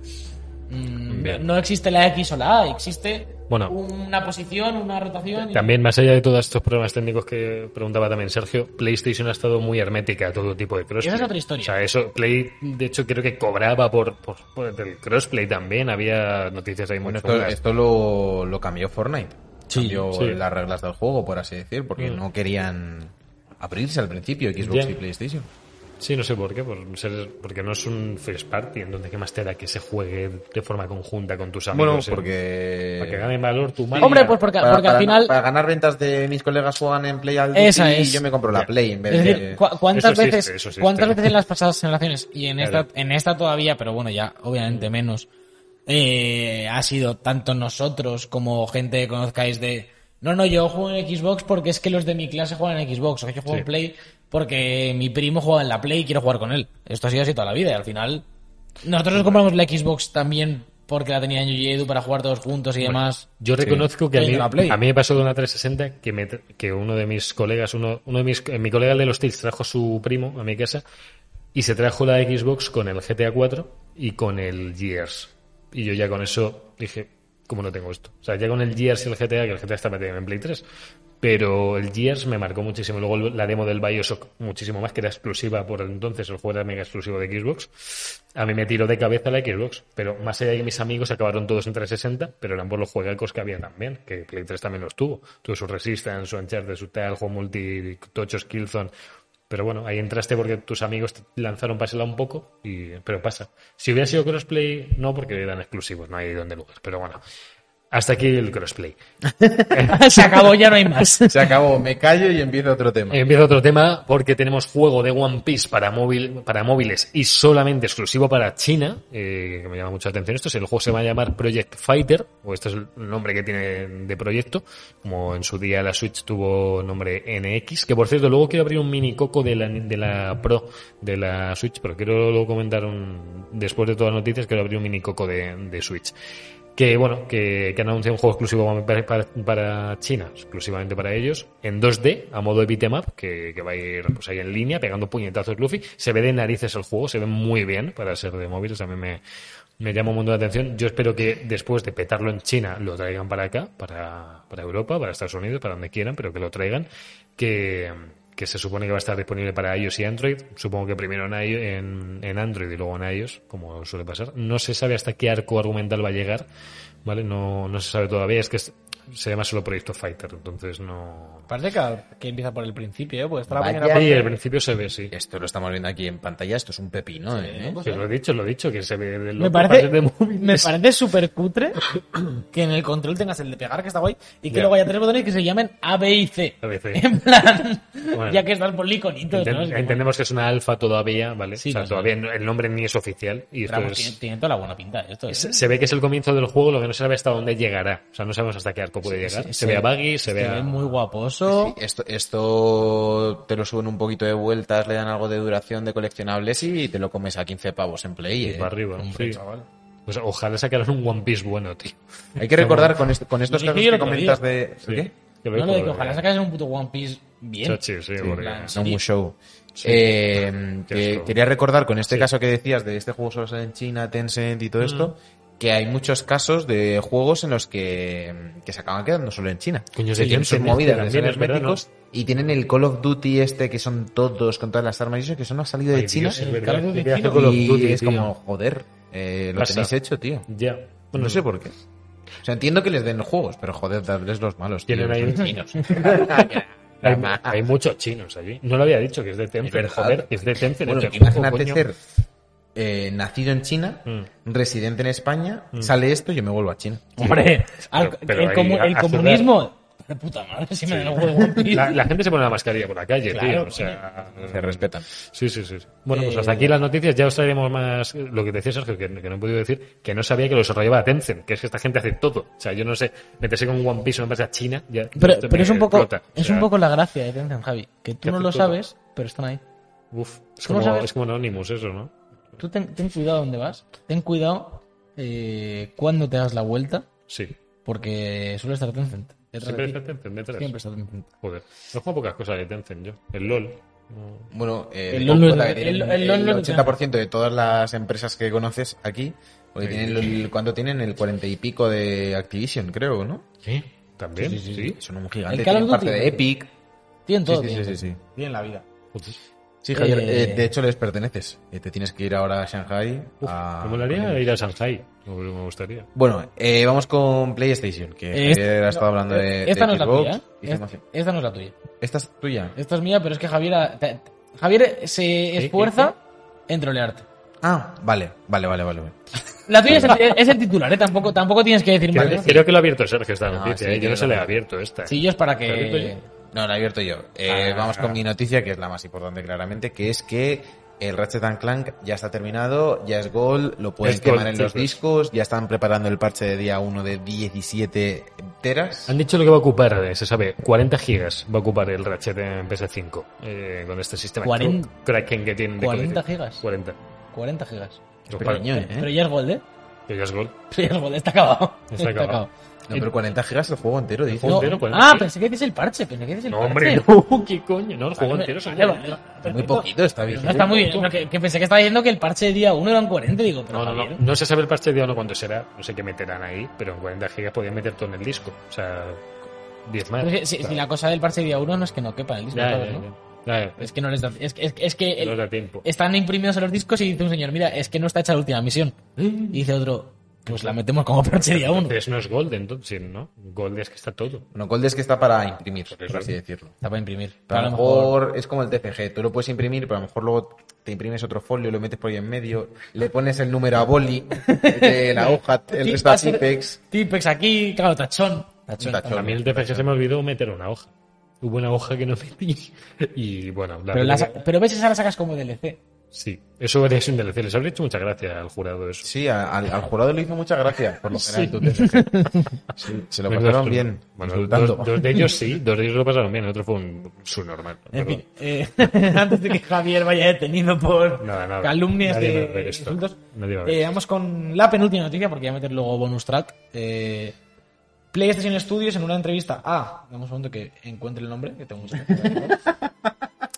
Mm, Bien. no existe la X o la A, existe Bueno. una posición, una rotación. y- También, más allá de todos estos problemas técnicos que preguntaba también Sergio, PlayStation ha estado muy hermética a todo tipo de crossplay. Esa es otra historia. O sea, eso, Play, de hecho, creo que cobraba por, por, por el crossplay también. Había noticias ahí muy Bueno, esto, chungas. esto lo, lo cambió Fortnite. Sí, Mm. cambió sí. las reglas del juego, por así decir, porque no querían abrirse al principio Xbox Ya. y PlayStation. Sí, no sé por qué, por ser- porque no es un first party, entonces qué más te da que se juegue de forma conjunta con tus amigos. Bueno, eh? Para que porque... gane valor tu mano. Hombre, pues porque, para- porque para- al final... Para ganar ventas de mis colegas juegan en Play al Duty Esa y es. yo me compro la Play en vez Es de... decir, cu- ¿cuántas, Eso existe, veces, eso existe. ¿cuántas veces en las pasadas generaciones y en esta, Claro. Mm. en esta todavía, pero bueno, ya obviamente menos, eh, ha sido tanto nosotros como gente que conozcáis de, no, no, yo juego en Xbox porque es que los de mi clase juegan en Xbox, o que yo juego Sí. en Play porque mi primo juega en la Play y quiero jugar con él. Esto ha sido así toda la vida y al final nosotros nos compramos la Xbox también porque la tenía yo y Edu para jugar todos juntos y demás. Yo reconozco que a Play mí, de la Play. a mí me pasó de una 360 que, me tra- que uno de mis colegas, uno, uno de mis, eh, mi colega el de los Tilts trajo su primo a mi casa y se trajo la Xbox con el GTA 4 y con el Gears. Y yo ya con eso dije, ¿cómo no tengo esto? O sea, ya con el Gears y el GTA, que el GTA está metido en Play 3, pero el Gears me marcó muchísimo. Luego el- la demo del Bioshock muchísimo más, que era exclusiva por entonces, el juego era mega exclusivo de Xbox. A mí me tiró de cabeza la Xbox, pero más allá de que mis amigos acabaron todos en 360, pero eran por los juegacos que había también, que Play 3 también los tuvo. Tuvo su Resistance, su Uncharted, su tal, juego multi, tochos, Killzone. Pero bueno, ahí entraste porque tus amigos te lanzaron pasela un poco, y, pero pasa. Si hubiera sido crossplay, no, porque eran exclusivos, no hay donde lugar. Pero bueno, hasta aquí el crossplay. Se acabó, ya no hay más. Se acabó, me callo y empieza otro tema. Eh. Empieza otro tema porque tenemos juego de One Piece para, móvil, para móviles y solamente exclusivo para China, eh, que me llama mucho la atención esto. Si el juego se va a llamar Project Fighter, o este es el nombre que tiene de proyecto, como en su día la Switch tuvo nombre NX, que por cierto, luego quiero abrir un mini coco de la, de la Pro de la Switch, pero quiero luego comentar un, después de todas las noticias, quiero abrir un mini coco de, de Switch que bueno, que, que han anunciado un juego exclusivo para, para- para China, exclusivamente para ellos, en 2D, a modo de beat'em up, que, que va a ir pues ahí en línea, pegando puñetazos Luffy. Se ve de narices el juego, se ve muy bien para ser de móviles, a mí me, me llama un montón de atención. Yo espero que después de petarlo en China, lo traigan para acá, para, para Europa, para Estados Unidos, para donde quieran, pero que lo traigan, que que se supone que va a estar disponible para iOS y Android. Supongo que primero en, iO- en, en Android y luego en iOS, como suele pasar. No se sabe hasta qué arco argumental va a llegar, ¿vale? No, no se sabe todavía. Es que es- se llama solo Proyecto Fighter, entonces no... Parece que, que empieza por el principio, ¿eh? Pues está la Vaya. primera Sí, al principio se ve, sí. Esto lo estamos viendo aquí en pantalla, esto es un pepino, ¿eh? Sí, lo he dicho, lo he dicho, que se ve de Me loco para parece, ser de móviles. me parece súper cutre que en el control tengas el de pegar, que está guay, y que Ya. luego haya tres botones que se llamen A, B y C. A veces. En plan, Bueno. ya que están por iconitos, Enten- ¿no? Es como- entendemos que es una alfa todavía, ¿vale? Sí, o sea, no sé. todavía no- el nombre ni es oficial y Pero esto vamos, es... tiene, tiene toda la buena pinta esto. ¿eh? Se se ve que es el comienzo del juego, lo que no se sabe hasta dónde llegará. O sea, no sabemos hasta qué arco tiempo puede Sí, llegar. sí, se vea Baggy, se se vea. ve muy guaposo. Sí, esto, esto te lo suben un poquito de vueltas, le dan algo de duración de coleccionables y te lo comes a 15 pavos en play. Y eh. para arriba. Hombre, sí. chaval. Pues ojalá sacaran un One Piece bueno, tío. Hay que recordar con, est- con estos Lo casos dije el que otro comentas día. de. Sí. ¿Qué? Que lo No, lo de que dijo- eh, ojalá sacasen un puto One Piece bien. Chachi, sí, Sí, porque- plan, no sí. muy show. Eh, qué que asco. quería recordar con este Sí. caso que decías de este juego solo sale en China, Tencent Mm. y todo esto, que hay muchos casos de juegos en los que, que se acaban quedando solo en China. Coño, Se de tienen sus Tencent, movidas este de ser también, es verdad, herméticos y tienen el Call of Duty este que son todos con todas las armas y eso que eso no ha salido de Ay, China. Dios, es El verdad. Call of Duty ¿Qué hace chino. Call of y Duty, es tío? como, joder, eh, lo Pasa. tenéis hecho, tío. Ya. No sé por qué. O sea, entiendo que les den juegos, pero joder, darles los malos. tío, Tienen ahí- los chinos. Hay, hay muchos chinos allí. No lo había dicho, que es de Tencent. verdad. Joder, que es de Tencent. Bueno, este juego, imagínate coño. ser eh, nacido en China, Mm. residente en España, sale esto y yo me vuelvo a China. Hombre, al- Pero- pero el, ahí, comu- a- el a sudar. comunismo. De puta madre, si me dan el juego de One Piece. La, la gente se pone la mascarilla por la calle, tío. Claro, O sea, Se respetan. Sí, sí, sí. sí. Bueno, pues Eh, hasta aquí las noticias. Ya os traeremos más eh, lo que decía Sergio, que, que no he podido decir, que no sabía que lo desarrollaba Tencent, que es que esta gente hace todo. O sea, yo no sé, meterse con One Piece, me pasa a China, ya. Pero, esto pero me es un poco explota. O es sea, un poco la gracia de Tencent, Javi, que Que tú no hace lo todo. sabes, pero están ahí. Uf, es ¿Cómo como, sabes? es como Anonymous eso, ¿no? Tú ten, ten cuidado donde vas, ten cuidado eh, cuando te das la vuelta, Sí. porque suele estar Tencent. detrás Siempre de ti. está Tencent detrás. Siempre está Tencent. Joder. No juego pocas cosas de Tencent yo. El LOL. no. Bueno, eh, El de LOL no es- Coca, que el- tienen el LOL no es- 80% de todas las empresas que conoces aquí, porque Sí. tienen el, ¿cuánto tienen? El 40 y pico de Activision, creo, ¿no? ¿Sí? ¿También? Sí. Son un gigante. El Call of Tienen parte Duty. de Epic. Tienen todo. Sí, sí, sí, tienen sí, todo. sí. Tienen la vida. Joder. Sí, Javier, Eh, eh, de hecho les perteneces. Eh, te tienes que ir ahora a Shanghai. Uf, Ah, a- me molaría ir a Shanghai. Me me gustaría. Bueno, eh, vamos con PlayStation, que Eh, este- Javier ha estado no, hablando de. Esta de no es la Xbox. tuya. ¿eh? Y hicimos- Esta- Esta no es la tuya. Esta es tuya. Esta es mía, pero es que Javier, ha- te- te- Javier se esfuerza en trolearte. Ah, vale, vale, vale, vale. vale. La tuya es el, es el titular, ¿eh? Tampoco, tampoco tienes que decir más. Creo, creo que lo ha abierto Sergio esta No, noticia. sí, ¿eh? Yo no que se lo- le he abierto esta. Sí, yo es para ¿Lo he que... visto No, la he abierto yo. Eh, Ah. vamos con mi noticia, que es la más importante claramente, que es que el Ratchet and Clank ya está terminado, ya es gol, lo pueden Es gol, quemar en los chicos. discos, ya están preparando el parche de día 1 de 17 teras. Ah, Han dicho lo que va a ocupar, eh, se sabe, 40 gigas va a ocupar el Ratchet en PS5 eh, con este sistema 40 cru- Kraken que tiene. de 40 codificación. gigas. 40. 40 gigas. Lo pequeño, para- ¿eh? Pero ya es gold, ¿eh? que ya es gol. Pero ya es gold, está acabado. Está acabado. No, eh. pero 40 gigas el juego entero, dice. juego No, entero, 40 ah, gigas. pensé que dices el parche, pensé que dices el No, parche. hombre, no, qué coño. No, el juego Vale, entero son vale, 40. vale, Muy perfecto. poquito, está bien. No, está muy bien. no, que, que pensé que estaba diciendo que el parche de día 1 eran 40, digo, pero No, no, no. Javier, No se sabe el parche de uno cuánto será. No sé qué meterán ahí, pero en 40 gigas podían meter todo en el disco. O sea, 10 más. pero es que si, si la cosa del parche de día 1 no es que no quepa en el disco, Ya, ya, ¿sabes, ya, no? ya. Ya, Es que no les da... Es que, es que- es que el- no da tiempo. están imprimidos en los discos y dice un señor, mira, es que no está hecha la última misión. Y dice otro, pues la metemos como parche día 1. Entonces no es Gold, entonces, ¿no? Gold es que está todo. Bueno, Gold es que está para imprimir, por eso. así decirlo. Está para imprimir. Pero a lo mejor- mejor es como el TFG, tú lo puedes imprimir, pero a lo mejor luego te imprimes otro folio, lo metes por ahí en medio, le pones el número a boli, de la hoja, el resto a Cipex. Tipex aquí, claro, tachón. Tachón. Tachón. A mí el TFG se me olvidó meter una hoja. Hubo una hoja que no metí. Y bueno, la Pero, la sa- verdad- pero ves, esa la sacas como DLC. Sí, eso es un DLC. Les habría hecho mucha gracia al jurado eso. Sí, a- al, al jurado le hizo muchas gracias por lo general Sí. tu TFG. Sí, se lo pasaron Menudo bien, turno. Bueno, insultando. Pues dos, dos de ellos sí, dos de ellos lo pasaron bien, el otro fue un subnormal. En perdón. fin, eh, antes de que Javier vaya detenido por Nada, nada. calumnias Nadie va a de ver esto. insultos, Nadie va a ver eh, esto. vamos con la penúltima noticia porque voy a meter luego bonus track. Eh, PlayStation Studios en una entrevista a. Dame un segundo que encuentre el nombre, que tengo mucho tiempo.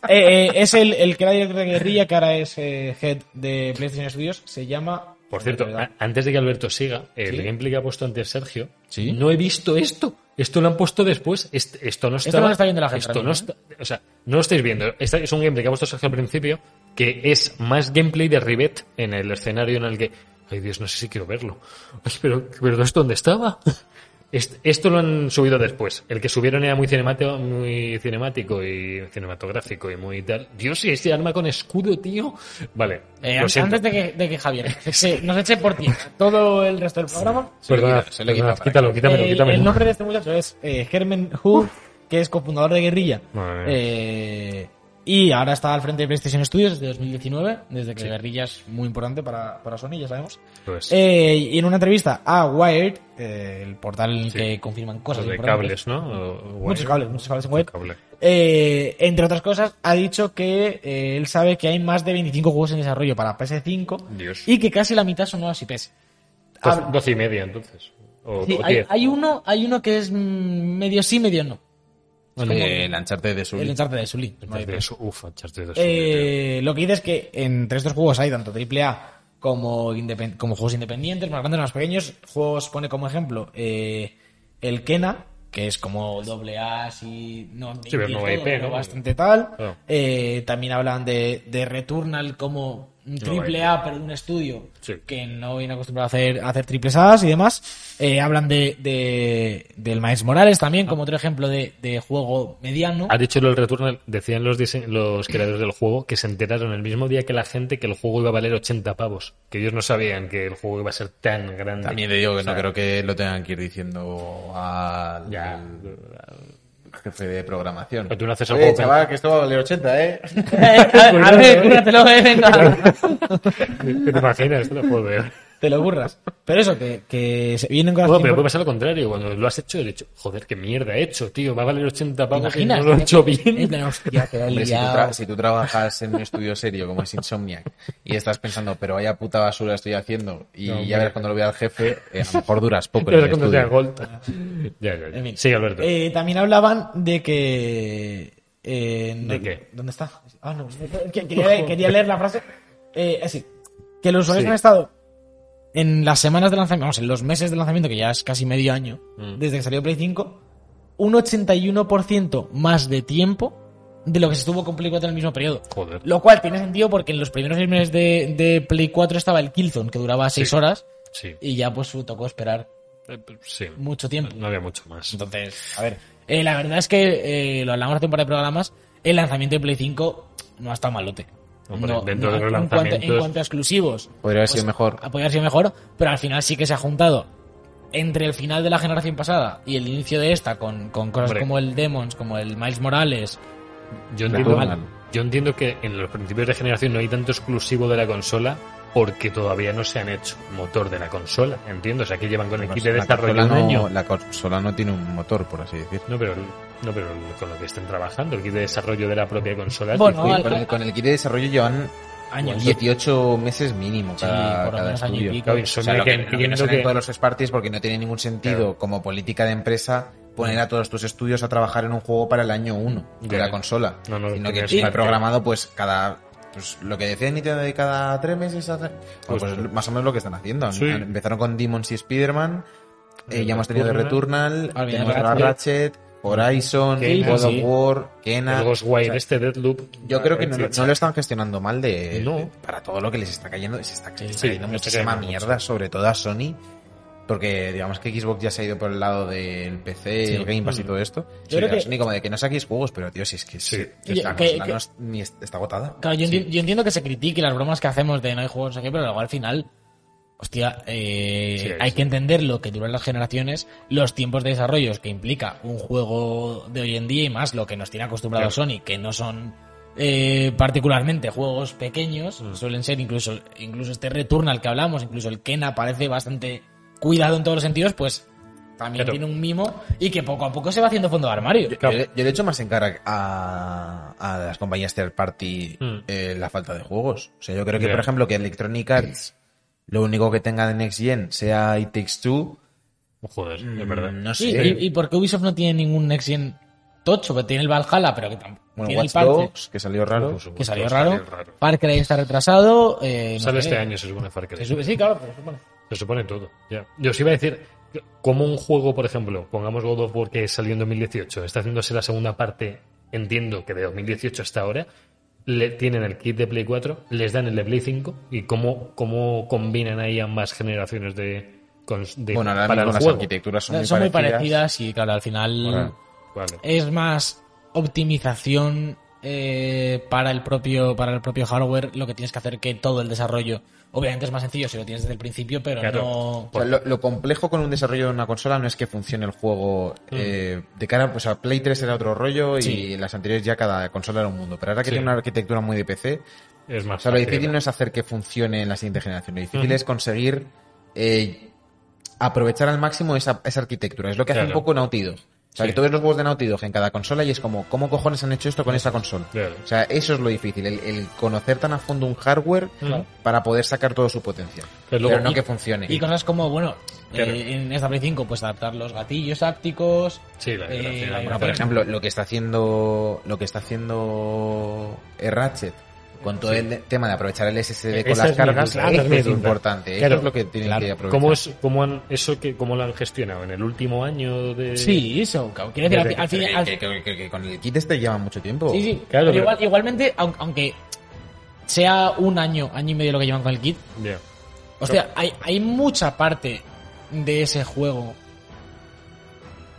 Eh, eh, es el, el que era director de guerrilla, que ahora es eh, head de PlayStation Studios. Se llama. Por cierto, ah, ¿verdad? a- antes de que Alberto siga, el Sí. gameplay que ha puesto antes Sergio, Sí. no he visto esto. Esto lo han puesto después. Est- esto no Esto estaba- no lo está viendo la gente Esto ahora no mismo, está- o sea, no lo estáis viendo. Esta- es un gameplay que ha puesto Sergio al principio, que es más gameplay de Rivet en el escenario en el que. Ay Dios, no sé si quiero verlo. Ay, pero, pero ¿esto dónde estaba? Est- Esto lo han subido después. El que subieron era muy cinemático, muy cinemático y cinematográfico y muy tal. Dios, y este arma con escudo, tío. Vale. Eh, lo an- siento. antes de que, de que Javier se- nos eche por ti todo el resto del programa. Se lo Perdona, quita, se lo quita perdona, para quítalo, quítamelo, Eh, quítamelo. El nombre de este muchacho es eh, Herman Hu, que es cofundador de Guerrilla. Madre mía. Eh, Y ahora está al frente de PlayStation Studios desde 2019, desde que Guerrilla es muy importante para, para Sony, ya sabemos. Pues, Eh, y en una entrevista a Wired, eh, el portal en el Sí. que confirman los cosas de importantes, cables, ¿no? O- o guay. Muchos cables, muchos cables en Wired. Cable. Eh, entre otras cosas, ha dicho que eh, él sabe que hay más de 25 juegos en desarrollo para PS5 Dios. y que casi la mitad son nuevas IPs. Doce, Hab- doce y media, entonces. O, Ah, Sí, o hay, diez. hay uno, hay uno que es mm, medio sí, medio no. Bueno, Eh, lanzarte de su. El Uncharted de pues Sully. Uncharted es- uf, Uncharted es- Eh, lo que dice es que entre estos juegos hay tanto AAA como, independ- como juegos independientes, más grandes, más pequeños. Juegos pone como ejemplo eh, el Kena, que es como doble A, así, no, Sí, pero indie no todo, IP, pero ¿no? Ah. bastante tal. Claro. Eh, también hablan de, de Returnal como un triple A, pero de un estudio Sí. que no viene acostumbrado a hacer, a hacer triples A y demás. Eh, hablan de, de- del Maes Morales también, como otro ejemplo de, de juego mediano. Ha dicho el Returnal, decían los, dise- los creadores del juego que se enteraron el mismo día que la gente que el juego iba a valer 80 pavos. Que ellos no sabían que el juego iba a ser tan grande. También te digo que O no sea, creo que lo tengan que ir diciendo al, Ya. al jefe de programación. Pero tú no haces el Oye, juego, chaval, que esto va a valer 80, ¿eh? a ver, cúratelo, eh, venga. ¿Te imaginas? Te lo puedo ver. Te lo burras. Pero eso, que, que se vienen con Bueno, pero puede pasar lo contrario. Cuando lo has hecho, he dicho, joder, qué mierda he hecho, tío. Va a valer 80 pavos y no lo he hecho bien. Hombre, si, tú tra- si tú trabajas en un estudio serio como es Insomniac y estás pensando, pero vaya puta basura estoy haciendo y No, hombre. ya verás cuando lo vea el jefe, eh, a lo mejor duras poco. en Pero el es cuando sea estudio. Gold. Ya, ya, ya. En fin. Sí, Alberto. Eh, también hablaban de que. eh, no- ¿De qué? ¿Dónde está? Ah, no. que- Quería, quería leer la frase. Eh, así. Que los usuarios Sí. han estado en las semanas de lanzamiento, vamos, en los meses de lanzamiento, que ya es casi medio año, Mm. desde que salió Play 5, un 81% más de tiempo de lo que se estuvo con Play 4 en el mismo periodo. Joder. Lo cual tiene sentido porque en los primeros seis meses de, de Play 4 estaba el Killzone, que duraba 6 Sí. horas, Sí. y ya pues tocó esperar Eh, p- sí. mucho tiempo. No había mucho más. Entonces, a ver, eh, la verdad es que eh, lo hablamos hace un par de programas, el lanzamiento de Play 5 no ha estado malote. Hombre, No, dentro no, de los en, cuanto, en lanzamientos- cuanto a exclusivos, pues, Podría haber sido mejor. ha podido haber sido mejor, pero al final sí que se ha juntado entre el final de la generación pasada y el inicio de esta con, con cosas Hombre. como el Demons, como el Miles Morales. Yo Claro, entiendo, vale. yo entiendo que en los principios de generación no hay tanto exclusivo de la consola porque todavía no se han hecho motor de la consola. Entiendo, o sea, que llevan con el kit de La desarrollo consola un no- año. La consola no tiene un motor, por así decir. No, pero, no, pero con lo que estén trabajando, el kit de desarrollo de la propia consola. es Bueno, difícil. al- con, el, con el kit de desarrollo llevan Años. 18 meses mínimo Sí, cada, por lo cada menos año y estudio. pico. Claro, Pues, O Insomnia sea, lo que que, lo que no entiendo se que- de los first parties porque no tiene ningún sentido Claro. como política de empresa poner a todos tus estudios a trabajar en un juego para el año 1 de Ya. eh. la consola. No, no, sino tiene que está sentido. programado pues cada... pues, lo que decía Nintendo de cada 3 meses hace- Bueno, pues, Justo. más o menos lo que están haciendo. Sí. Empezaron con Demons y Spider-Man, eh, El ya hemos tenido Returnal. Returnal, Ah, bien, tenemos ahora Ratchet, Horizon, Kena. God of Sí. War, Kena... El Ghostwire, este Deadloop. Yo creo que no, Eh, Sí, no lo están gestionando mal de, No. de- para todo lo que les está cayendo. Se está cayendo Sí, está muchísima cayendo mierda, sobre todo a Sony. Porque digamos que Xbox ya se ha ido por el lado del PC, Sí. el Game Mm. Pass y todo esto. Yo Yo creo creo que- Sony como de que no saquéis juegos, pero tío, si es que Sí. si esta Que- consola que- no es- ni es- está agotada. Claro, yo, enti- yo entiendo que se critique las bromas que hacemos de no hay juegos, no sé qué, pero luego al final, hostia, eh, Sí, hay sí. que entender lo que duran las generaciones, los tiempos de desarrollo que implica un juego de hoy en día y más lo que nos tiene acostumbrado Sony, que no son eh, particularmente juegos pequeños, Mm. suelen ser incluso, incluso este Returnal que hablamos, incluso el Kena parece bastante cuidado en todos los sentidos, pues también Claro. tiene un mimo y que poco a poco se va haciendo fondo de armario. Yo, le- yo le echo más en cara a, a las compañías third party Mm. eh, la falta de juegos. O sea, yo creo que, Ya. por ejemplo, que Electronic Arts lo único que tenga de Next Gen sea It Takes Two. Joder, es mm, verdad. No sé. Sí, y, y porque Ubisoft no tiene ningún Next Gen tocho, que tiene el Valhalla, pero que tampoco Bueno, tiene Watch el parche, Dogs, que salió raro. Por supuesto, que salió va a raro. salir raro. Far Cry está retrasado. eh, no Sale sé. este año, se supone Far Cry. Se sube- sí, claro, pero supone. Se supone todo. Ya. Yo os iba a decir, como un juego, por ejemplo, pongamos God of War que salió en 2018, está haciéndose la segunda parte, entiendo que de 2018 hasta ahora, le tienen el kit de Play 4, les dan el de Play 5, y cómo, cómo combinan ahí ambas generaciones de, cons- de- Bueno, ahora para mismo el las juego. arquitecturas son, Son, muy parecidas y claro, al final Claro. Vale. es más optimización eh, para el propio para el propio hardware lo que tienes que hacer que todo el desarrollo obviamente es más sencillo si lo tienes desde el principio pero Claro. no O sea, lo, lo complejo con un desarrollo de una consola no es que funcione el juego eh, de cara, pues a Play 3 era otro rollo Mm. Sí. y las anteriores ya cada consola era un mundo. Pero ahora que Sí. tiene una arquitectura muy de PC, Es o más sea, lo fácil. difícil no es hacer que funcione en la siguiente generación, lo difícil Ujú. es conseguir eh, aprovechar al máximo esa, esa arquitectura. Es lo que hace un Claro. poco Naughty Dog. O sea, Sí. que tú ves los juegos de Naughty Dog en cada consola y es como, ¿cómo cojones han hecho esto con esta consola? Claro. O sea, eso es lo difícil, el, el conocer tan a fondo un hardware Claro. para poder sacar todo su potencial. Pero luego- pero no y- que funcione. y cosas como bueno Claro. eh, en esta Play 5 pues adaptar los gatillos ápticos Sí, la eh, vibración, la la vibración. por Pero- ejemplo, lo que está haciendo lo que está haciendo eh, Ratchet con todo el de- tema de aprovechar el SSD con Esa las es mi cargas, duda, esto es mi es duda. importante. Claro, Eso es lo que tienen claro. que aprovechar. ¿Cómo, es, cómo, han, eso que, ¿Cómo lo han gestionado? ¿En el último año de...? sí eso claro. quiero Desde decir que- al, fin- Que- al- que, que- que- que con el kit este lleva mucho tiempo. Sí, sí. Claro, pero pero- igual- igualmente, aun- aunque sea un año, año y medio lo que llevan con el kit, Ya. hostia, hay, hay mucha parte de ese juego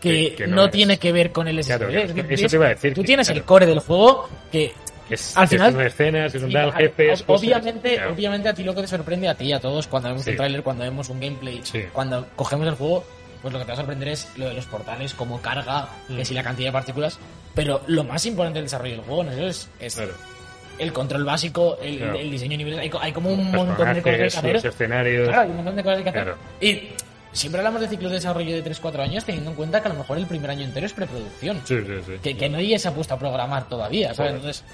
que, Que- que no, no es- tiene que ver con el SSD. Claro, claro, Es decir, eso tienes- te iba a decir, Tú que- tienes el claro. core del jujuego que Es, Al que final- son escenas, que son Sí, tal, a- jefes... ob- cosas. obviamente, Claro. obviamente a ti lo que te sorprende, a ti y a todos, cuando vemos un pues, eh, Sí. tráiler, cuando vemos un gameplay, Sí. cuando cogemos el juego, pues lo que te va a sorprender es lo de los portales, cómo carga, Mm. que si la cantidad de partículas. Pero lo más importante del desarrollo del juego, ¿no? Es, es Claro. el control básico, el, Claro. el diseño de niveles. Hay, co- hay como un Los montón de personajes, cosas que los hacer. escenarios... Claro, hay un montón de cosas que hacer. Claro. Y siempre hablamos de ciclos de desarrollo de 3-4 años, teniendo en cuenta que a lo mejor el primer año entero es preproducción. Sí, sí, sí. Que, que nadie se ha puesto a programar todavía, ¿sabes? Joder. Entonces,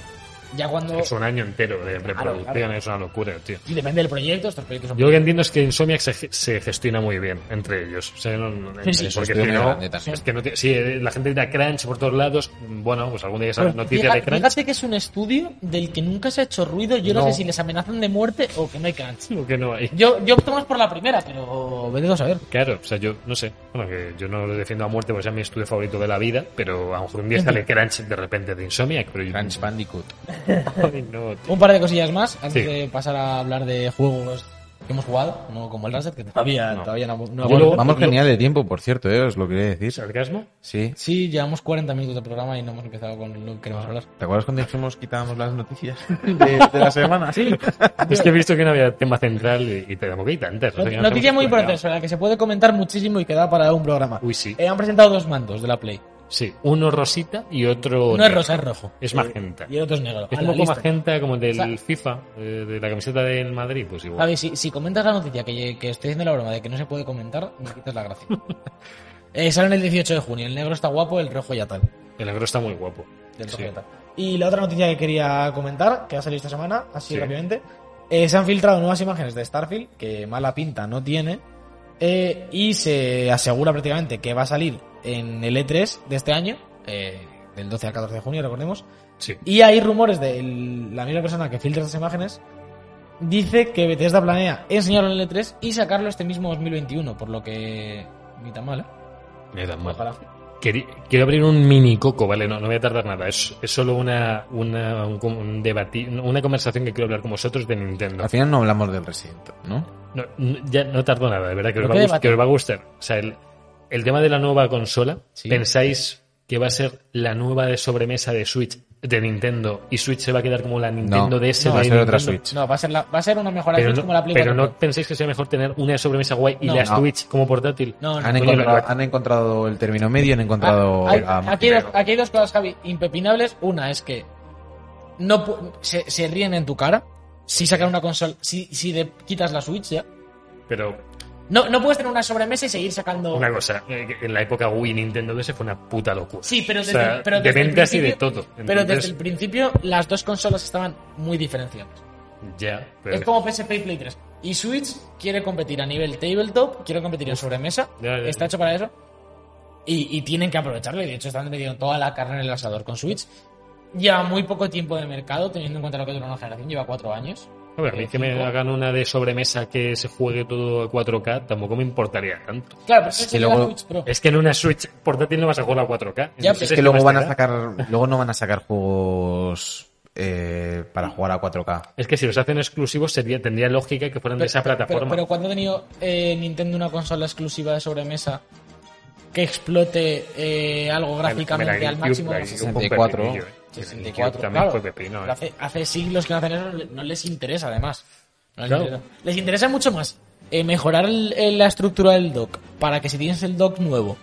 ya cuando. Es un año entero de preproducción, claro. es una locura, tío. Y depende del proyecto, estos proyectos son Yo lo que entiendo es que Insomniac se, ge- se gestiona muy bien entre ellos. O sea, no- no- Sí, porque sí. Es un si estudio muy no- grande también. es que no tiene- sí, eh, la gente da crunch por todos lados. Bueno, pues algún día esa Pero noticia fija- de crunch. Fíjate que es un estudio del que nunca se ha hecho ruido. Yo no, No. sé si les amenazan de muerte o que no hay crunch. o que no hay. Yo, yo opto más por la primera, pero vete tú a saber. Claro, o sea, yo no sé. Bueno, que yo no lo defiendo a muerte porque sea mi estudio favorito de la vida, pero a lo mejor un día sale Crunch de repente de Insomniac. Pero yo, Crunch Bandicoot. Ay, no, tío. Un par de cosillas más Sí. antes de pasar a hablar de juegos que hemos jugado, no como el Raset, que todavía no, No. todavía no, no Yo luego- hemos- Vamos Lo- genial de tiempo, por cierto, eh, os lo quería decir. ¿Sarcasmo? Sí. Sí, llevamos 40 minutos de programa y no hemos empezado con lo que queremos hablar. ¿Te acuerdas cuando dijimos quitábamos las noticias de, de la semana? Sí. Ah, Es que he visto que no había tema central y, y tampoco hay tantas. o sea, que no Noticia estamos muy planeados. importante, sobre la que se puede comentar muchísimo y que da para un programa. Uy, sí. Eh, han presentado dos mandos de la Play. Sí, uno rosita y otro. Uno es negro. rosa, es rojo. Eh, Es magenta. Y el otro es negro. Es A un la poco lista. magenta como el del O sea- FIFA, eh, de, la camiseta del Madrid, pues igual. Javi, si, si comentas la noticia que, que estoy haciendo la broma de que no se puede comentar, me quitas la gracia. eh, salen el 18 de junio. El negro está guapo, el rojo ya tal. El negro está muy guapo. Del rojo Sí. ya tal. Y la otra noticia que quería comentar, que ha salido esta semana, así Sí. rápidamente. eh, se han filtrado nuevas imágenes de Starfield, que mala pinta no tiene. eh, y se asegura prácticamente que va a salir en el E3 de este año, eh, del 12 al 14 de junio, recordemos. Sí. Y hay rumores de el- la misma persona que filtra estas imágenes. Dice que Bethesda planea enseñarlo en el E3 y sacarlo este mismo 2021, por lo que. Ni tan mal, ¿eh? Me da mal. Ojalá. Queri- Quiero abrir un mini coco, ¿vale? No, no voy a tardar nada. Es, es solo una, una, un, com- un debati- una conversación que quiero hablar con vosotros de Nintendo. Al final no hablamos del Resident, ¿no? No, no- ya no tardo nada, de verdad, que os, ¿Pero va qué a, gust- debate? que os va a gustar. O sea, el, el tema de la nueva consola, Sí. ¿pensáis que va a ser la nueva de sobremesa de Switch de Nintendo y Switch se va a quedar como la Nintendo No, DS no, de va a ser Nintendo? otra Switch. No, va a ser, la- va a ser una mejora de Pero, Switch no, como la Play pero 4. no pensáis que sea mejor tener una sobremesa guay y No. la No. Switch como portátil. No, no. Han Coño, encontrado, la- han encontrado el término medio, han Ah, encontrado... hay- la- aquí, hay dos, aquí hay dos cosas, Javi, impepinables. Una es que no pu- se, se ríen en tu cara si sacan una consola, si, si de- quitas la Switch ya. Pero No, no puedes tener una sobremesa y seguir sacando. una cosa, eh, en la época Wii Nintendo DS fue una puta locura. Sí, pero O desde, sea, pero de desde el ventas y de principio- todo. Pero Entonces, desde el principio las dos consolas estaban muy diferenciadas. Ya, pero. Es como PSP y Play 3. Y Switch quiere competir a nivel tabletop, quiere competir en sobremesa. Ya, ya, ya. Está hecho para eso. Y, y tienen que aprovecharlo. Y de hecho están metiendo toda la carne en el asador con Switch. Lleva muy poco tiempo de mercado, teniendo en cuenta lo que dura una generación. Lleva cuatro años. A ver, a mí que me Cinco. hagan una de sobremesa que se juegue todo a 4K tampoco me importaría tanto. Claro, pero Sí, eso lleva luego- Switch Pro. Es que en una Switch portátil no vas a jugar a 4K. Ya, Entonces, pero Es que ¿qué luego más van te a da? sacar... Luego no van a sacar juegos eh, para jugar a 4K. Es que si los hacen exclusivos sería, tendría lógica que fueran de esa Pero, plataforma. pero cuando ha tenido eh, Nintendo una consola exclusiva de sobremesa que explote eh, algo gráficamente al máximo. pues, no sé si- 64. 64. 64, También claro. fue pepino. ¿eh? Pero hace, hace siglos que no hacen eso, no les interesa además. No les, Claro. interesa. Les interesa mucho más eh, mejorar el- el- la estructura del dock para que si tienes el dock nuevo,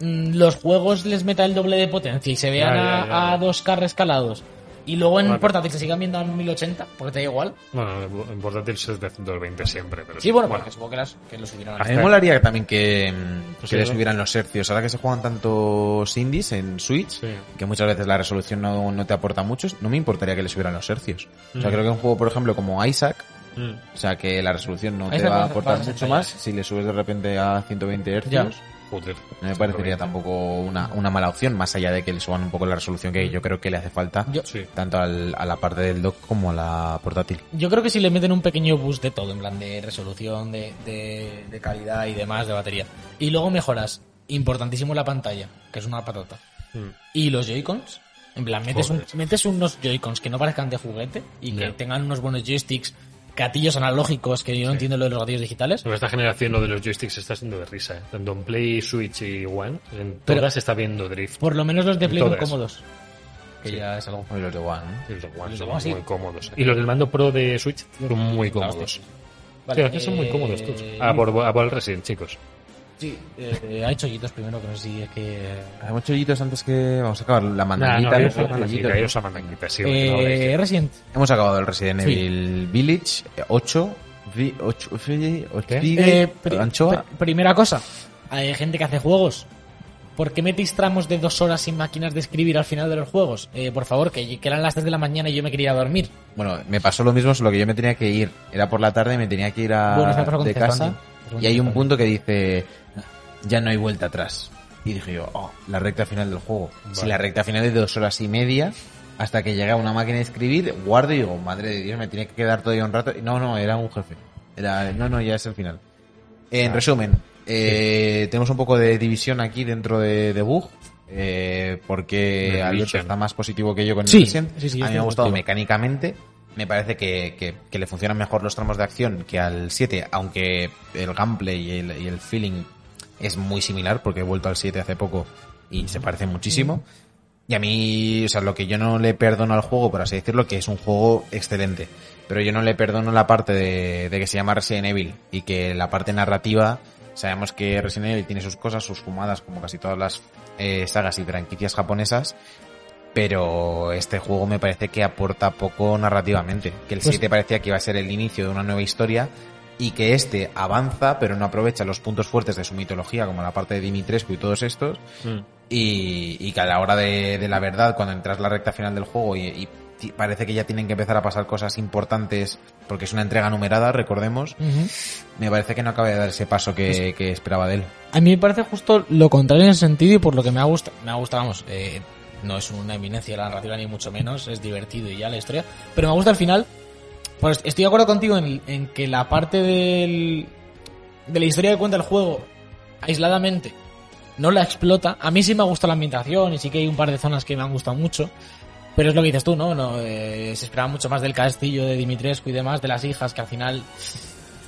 mm, los juegos les meta el doble de potencia y se vean Ya, ya, a- ya, ya. a, 2K rescalados. Y luego en Vale. portátil se sigan viendo a 1080, porque te da igual. Pues, Bueno, en portátil es de 120 siempre. Pero Sí, bueno, pues porque supongo que, las, que lo subieron A a mí me molaría también que, mm, Pues que sí, le ¿no? subieran los hercios. Ahora que se juegan tantos indies en Switch, Sí. que muchas veces la resolución no, no te aporta mucho, no me importaría que le subieran los hercios. O sea, Mm. creo que un juego, por ejemplo, como Isaac, Mm. o sea, que la resolución no te Isaac va a va a- va aportar a mucho 60 más, ya. si le subes de repente a 120 hercios, Joder. no me parecería tampoco una, una mala opción, más allá de que le suban un poco la resolución que yo creo que le hace falta, Yo- Sí. tanto al- a la parte del dock como a la portátil. Yo creo que si le meten un pequeño boost de todo, en plan de resolución, de, de- de calidad y demás, de batería. Y luego mejoras, importantísimo la pantalla, que es una patata. Mm. Y los Joy-Cons. En plan, metes, un- Joder. metes unos Joy-Cons que no parezcan de juguete y que Ya. tengan unos buenos joysticks, gatillos analógicos, que yo no entiendo lo de los gatillos digitales. Pero Mm. esta generación lo de los joysticks está siendo de risa. ¿eh? Tanto en Play, Switch y One, en Pero- todas está viendo drift. Por lo menos los de Play son Todas. cómodos. Que Sí. ya es algo. Oye, los de One, ¿eh? Los de One Los son de One, sí. muy cómodos. Ah, Y los del mando Pro de Switch son muy cómodos. Vale, Sí, es que son muy eh, cómodos todos. A por, a por el Resident, chicos. Sí, eh, ha hecho hoyitos primero, que no sé si es que. Hacemos chollitos antes que vamos a acabar la Nah, no, mandanguita. caeros ¿no? a mandanguita, caeros a mandanguita, sí, porque no habléis de- Eh, Resident. Hemos acabado el Resident Sí. Evil Village 8. vi- 8, vi- 8 ¿Qué? vigue, Eh, pri- anchoa. pri- primera cosa, hay gente que hace juegos. ¿Por qué metéis tramos de dos horas sin máquinas de escribir al final de los juegos? Eh, por favor, que, que eran las 3 de la mañana y yo me quería dormir. Bueno, me pasó lo mismo, solo que yo me tenía que ir. Era por la tarde, me tenía que ir a Bueno, eso me pasó con de Death casa. Stranding. Eso me Y hay un pasó. punto que dice, ya no hay vuelta atrás. Y dije yo, oh, la recta final del juego. Si Vale. la recta final es de dos horas y media, hasta que llega una máquina de escribir, guardo y digo, madre de Dios, me tiene que quedar todavía un rato. Y No, no, era un jefe. Era, no, no, ya es el final. En resumen, eh, tenemos un poco de división aquí dentro de, de Bug. eh, porque The Alberto Division. está más positivo que yo con Sí, el Resident. sí, sí, yo a mí me estoy ha gustado positivo. mecánicamente. Me parece que, que- que le funcionan mejor los tramos de acción que al 7, aunque el gameplay y el, y el feeling es muy similar, porque he vuelto al 7 hace poco y se parece muchísimo. Y a mí, o sea, lo que yo no le perdono al juego, por así decirlo, que es un juego excelente. Pero yo no le perdono la parte de, de que se llama Resident Evil y que la parte narrativa, sabemos que Resident Evil tiene sus cosas, sus fumadas, como casi todas las eh, sagas y franquicias japonesas. Pero este juego me parece que aporta poco narrativamente. Que el Pues- 7 parecía que iba a ser el inicio de una nueva historia y que este avanza, pero no aprovecha los puntos fuertes de su mitología, como la parte de Dimitrescu y todos estos Mm. y, y que a la hora de, de la verdad, cuando entras la recta final del juego y, y ti- parece que ya tienen que empezar a pasar cosas importantes, porque es una entrega numerada, recordemos, me parece que no acaba de dar ese paso que, que esperaba de él. A mí me parece justo lo contrario en el sentido y por lo que me ha gustado. Me ha gustado, vamos, eh, no es una eminencia la narrativa ni mucho menos, es divertido y ya la historia. Pero me gusta al final. Pues estoy de acuerdo contigo en, en que la parte del, de la historia que cuenta el juego, aisladamente, no la explota. A mí sí me ha gustado la ambientación y sí que hay un par de zonas que me han gustado mucho. Pero es lo que dices tú, ¿no? no eh, se esperaba mucho más del castillo de Dimitrescu y demás, de las hijas, que al final es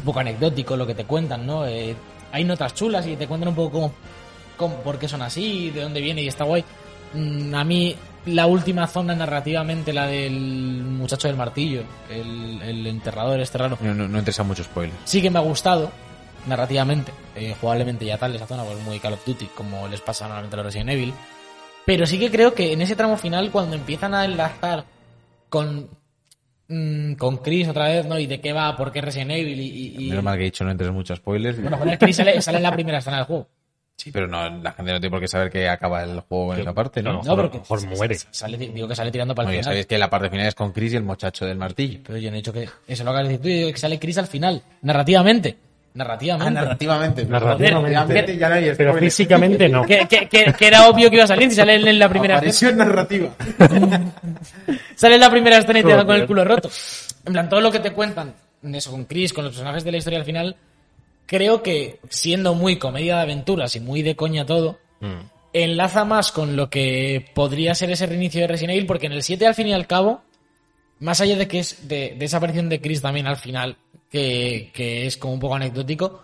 un poco anecdótico lo que te cuentan, ¿no? Eh, hay notas chulas y te cuentan un poco cómo, cómo- por qué son así, de dónde viene y está guay. Mm, a mí la última zona narrativamente, la del muchacho del martillo, el, el enterrador este raro, No, no, no interesa mucho spoilers. sí que me ha gustado narrativamente, eh, jugablemente ya tal, esa zona pues muy Call of Duty, como les pasa normalmente a los Resident Evil. Pero sí que creo que en ese tramo final, cuando empiezan a enlazar con, mm, con Chris otra vez, ¿no? Y de qué va, por qué Resident Evil y... y- y- Menos mal que he dicho no interesa mucho spoilers. Bueno, con el Chris sale, sale en la primera escena del juego. sí, pero no, la gente no tiene por qué saber que acaba el juego en Sí. esa parte, ¿no? No, No, Mejor- pero que mejor muere. Sale, digo que sale tirando para Bueno, el ya final. sabéis que la parte final es con Chris y el muchacho del martillo. Pero yo no he dicho que... Eso lo acabas de decir tú, yo digo que sale Chris al final. Narrativamente. Narrativamente. Ah, narrativamente. Narrativamente. Narrativamente ya no hay Pero spoilers. físicamente no. que, que- que- que era obvio que iba a salir si sale en la primera Aparición escena. narrativa. Sale en la primera escena y te Joder. dan con el culo roto. En plan, todo lo que te cuentan, en eso, con Chris, con los personajes de la historia al final, creo que siendo muy comedia de aventuras y muy de coña todo, Mm. enlaza más con lo que podría ser ese reinicio de Resident Evil, porque en el 7 al fin y al cabo, más allá de que es de, de esa aparición de Chris también al final, que, que es como un poco anecdótico,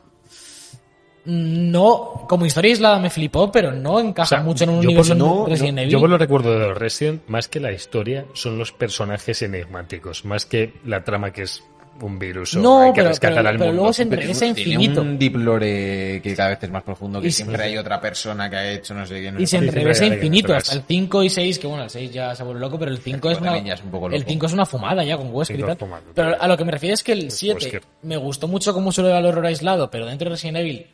no, como historia aislada me flipó, pero no O encaja sea, mucho en un yo por universo lo- no- Resident no- Evil. Yo por lo recuerdo de los Resident, más que la historia, son los personajes enigmáticos, más que la trama que es un virus o No, hay que pero- rescatar pero- al pero mundo. luego se- Pero regresa tiene infinito. un diplore que cada vez es más profundo, que Y siempre hay otra persona que ha hecho no sé qué. no sé y se sí, cuánto. sí, enrevesa sí, sí, infinito, sí, hasta sí. el 5 y 6, que bueno, el 6 ya se vuelve loco, pero el 5 es cinco una, también ya es un poco el loco. 5 es una fumada ya con Wesker y Cinco tal. es fumado, Pero pero- a lo que me refiero es que el Es 7 Wesker. me gustó mucho cómo se lo el horror aislado, pero dentro de Resident Evil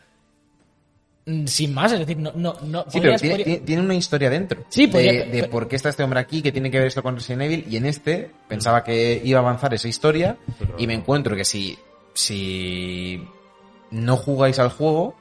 mm, sin más, es decir, no no no Sí, pero podrías- tiene, podría- tiene- tiene una historia dentro. Sí, de, podría- de pe- por qué está este hombre aquí, que tiene que ver esto con Resident Evil. Y en este pensaba que iba a avanzar esa historia. Pero- Y me encuentro que si, si no jugáis al juego,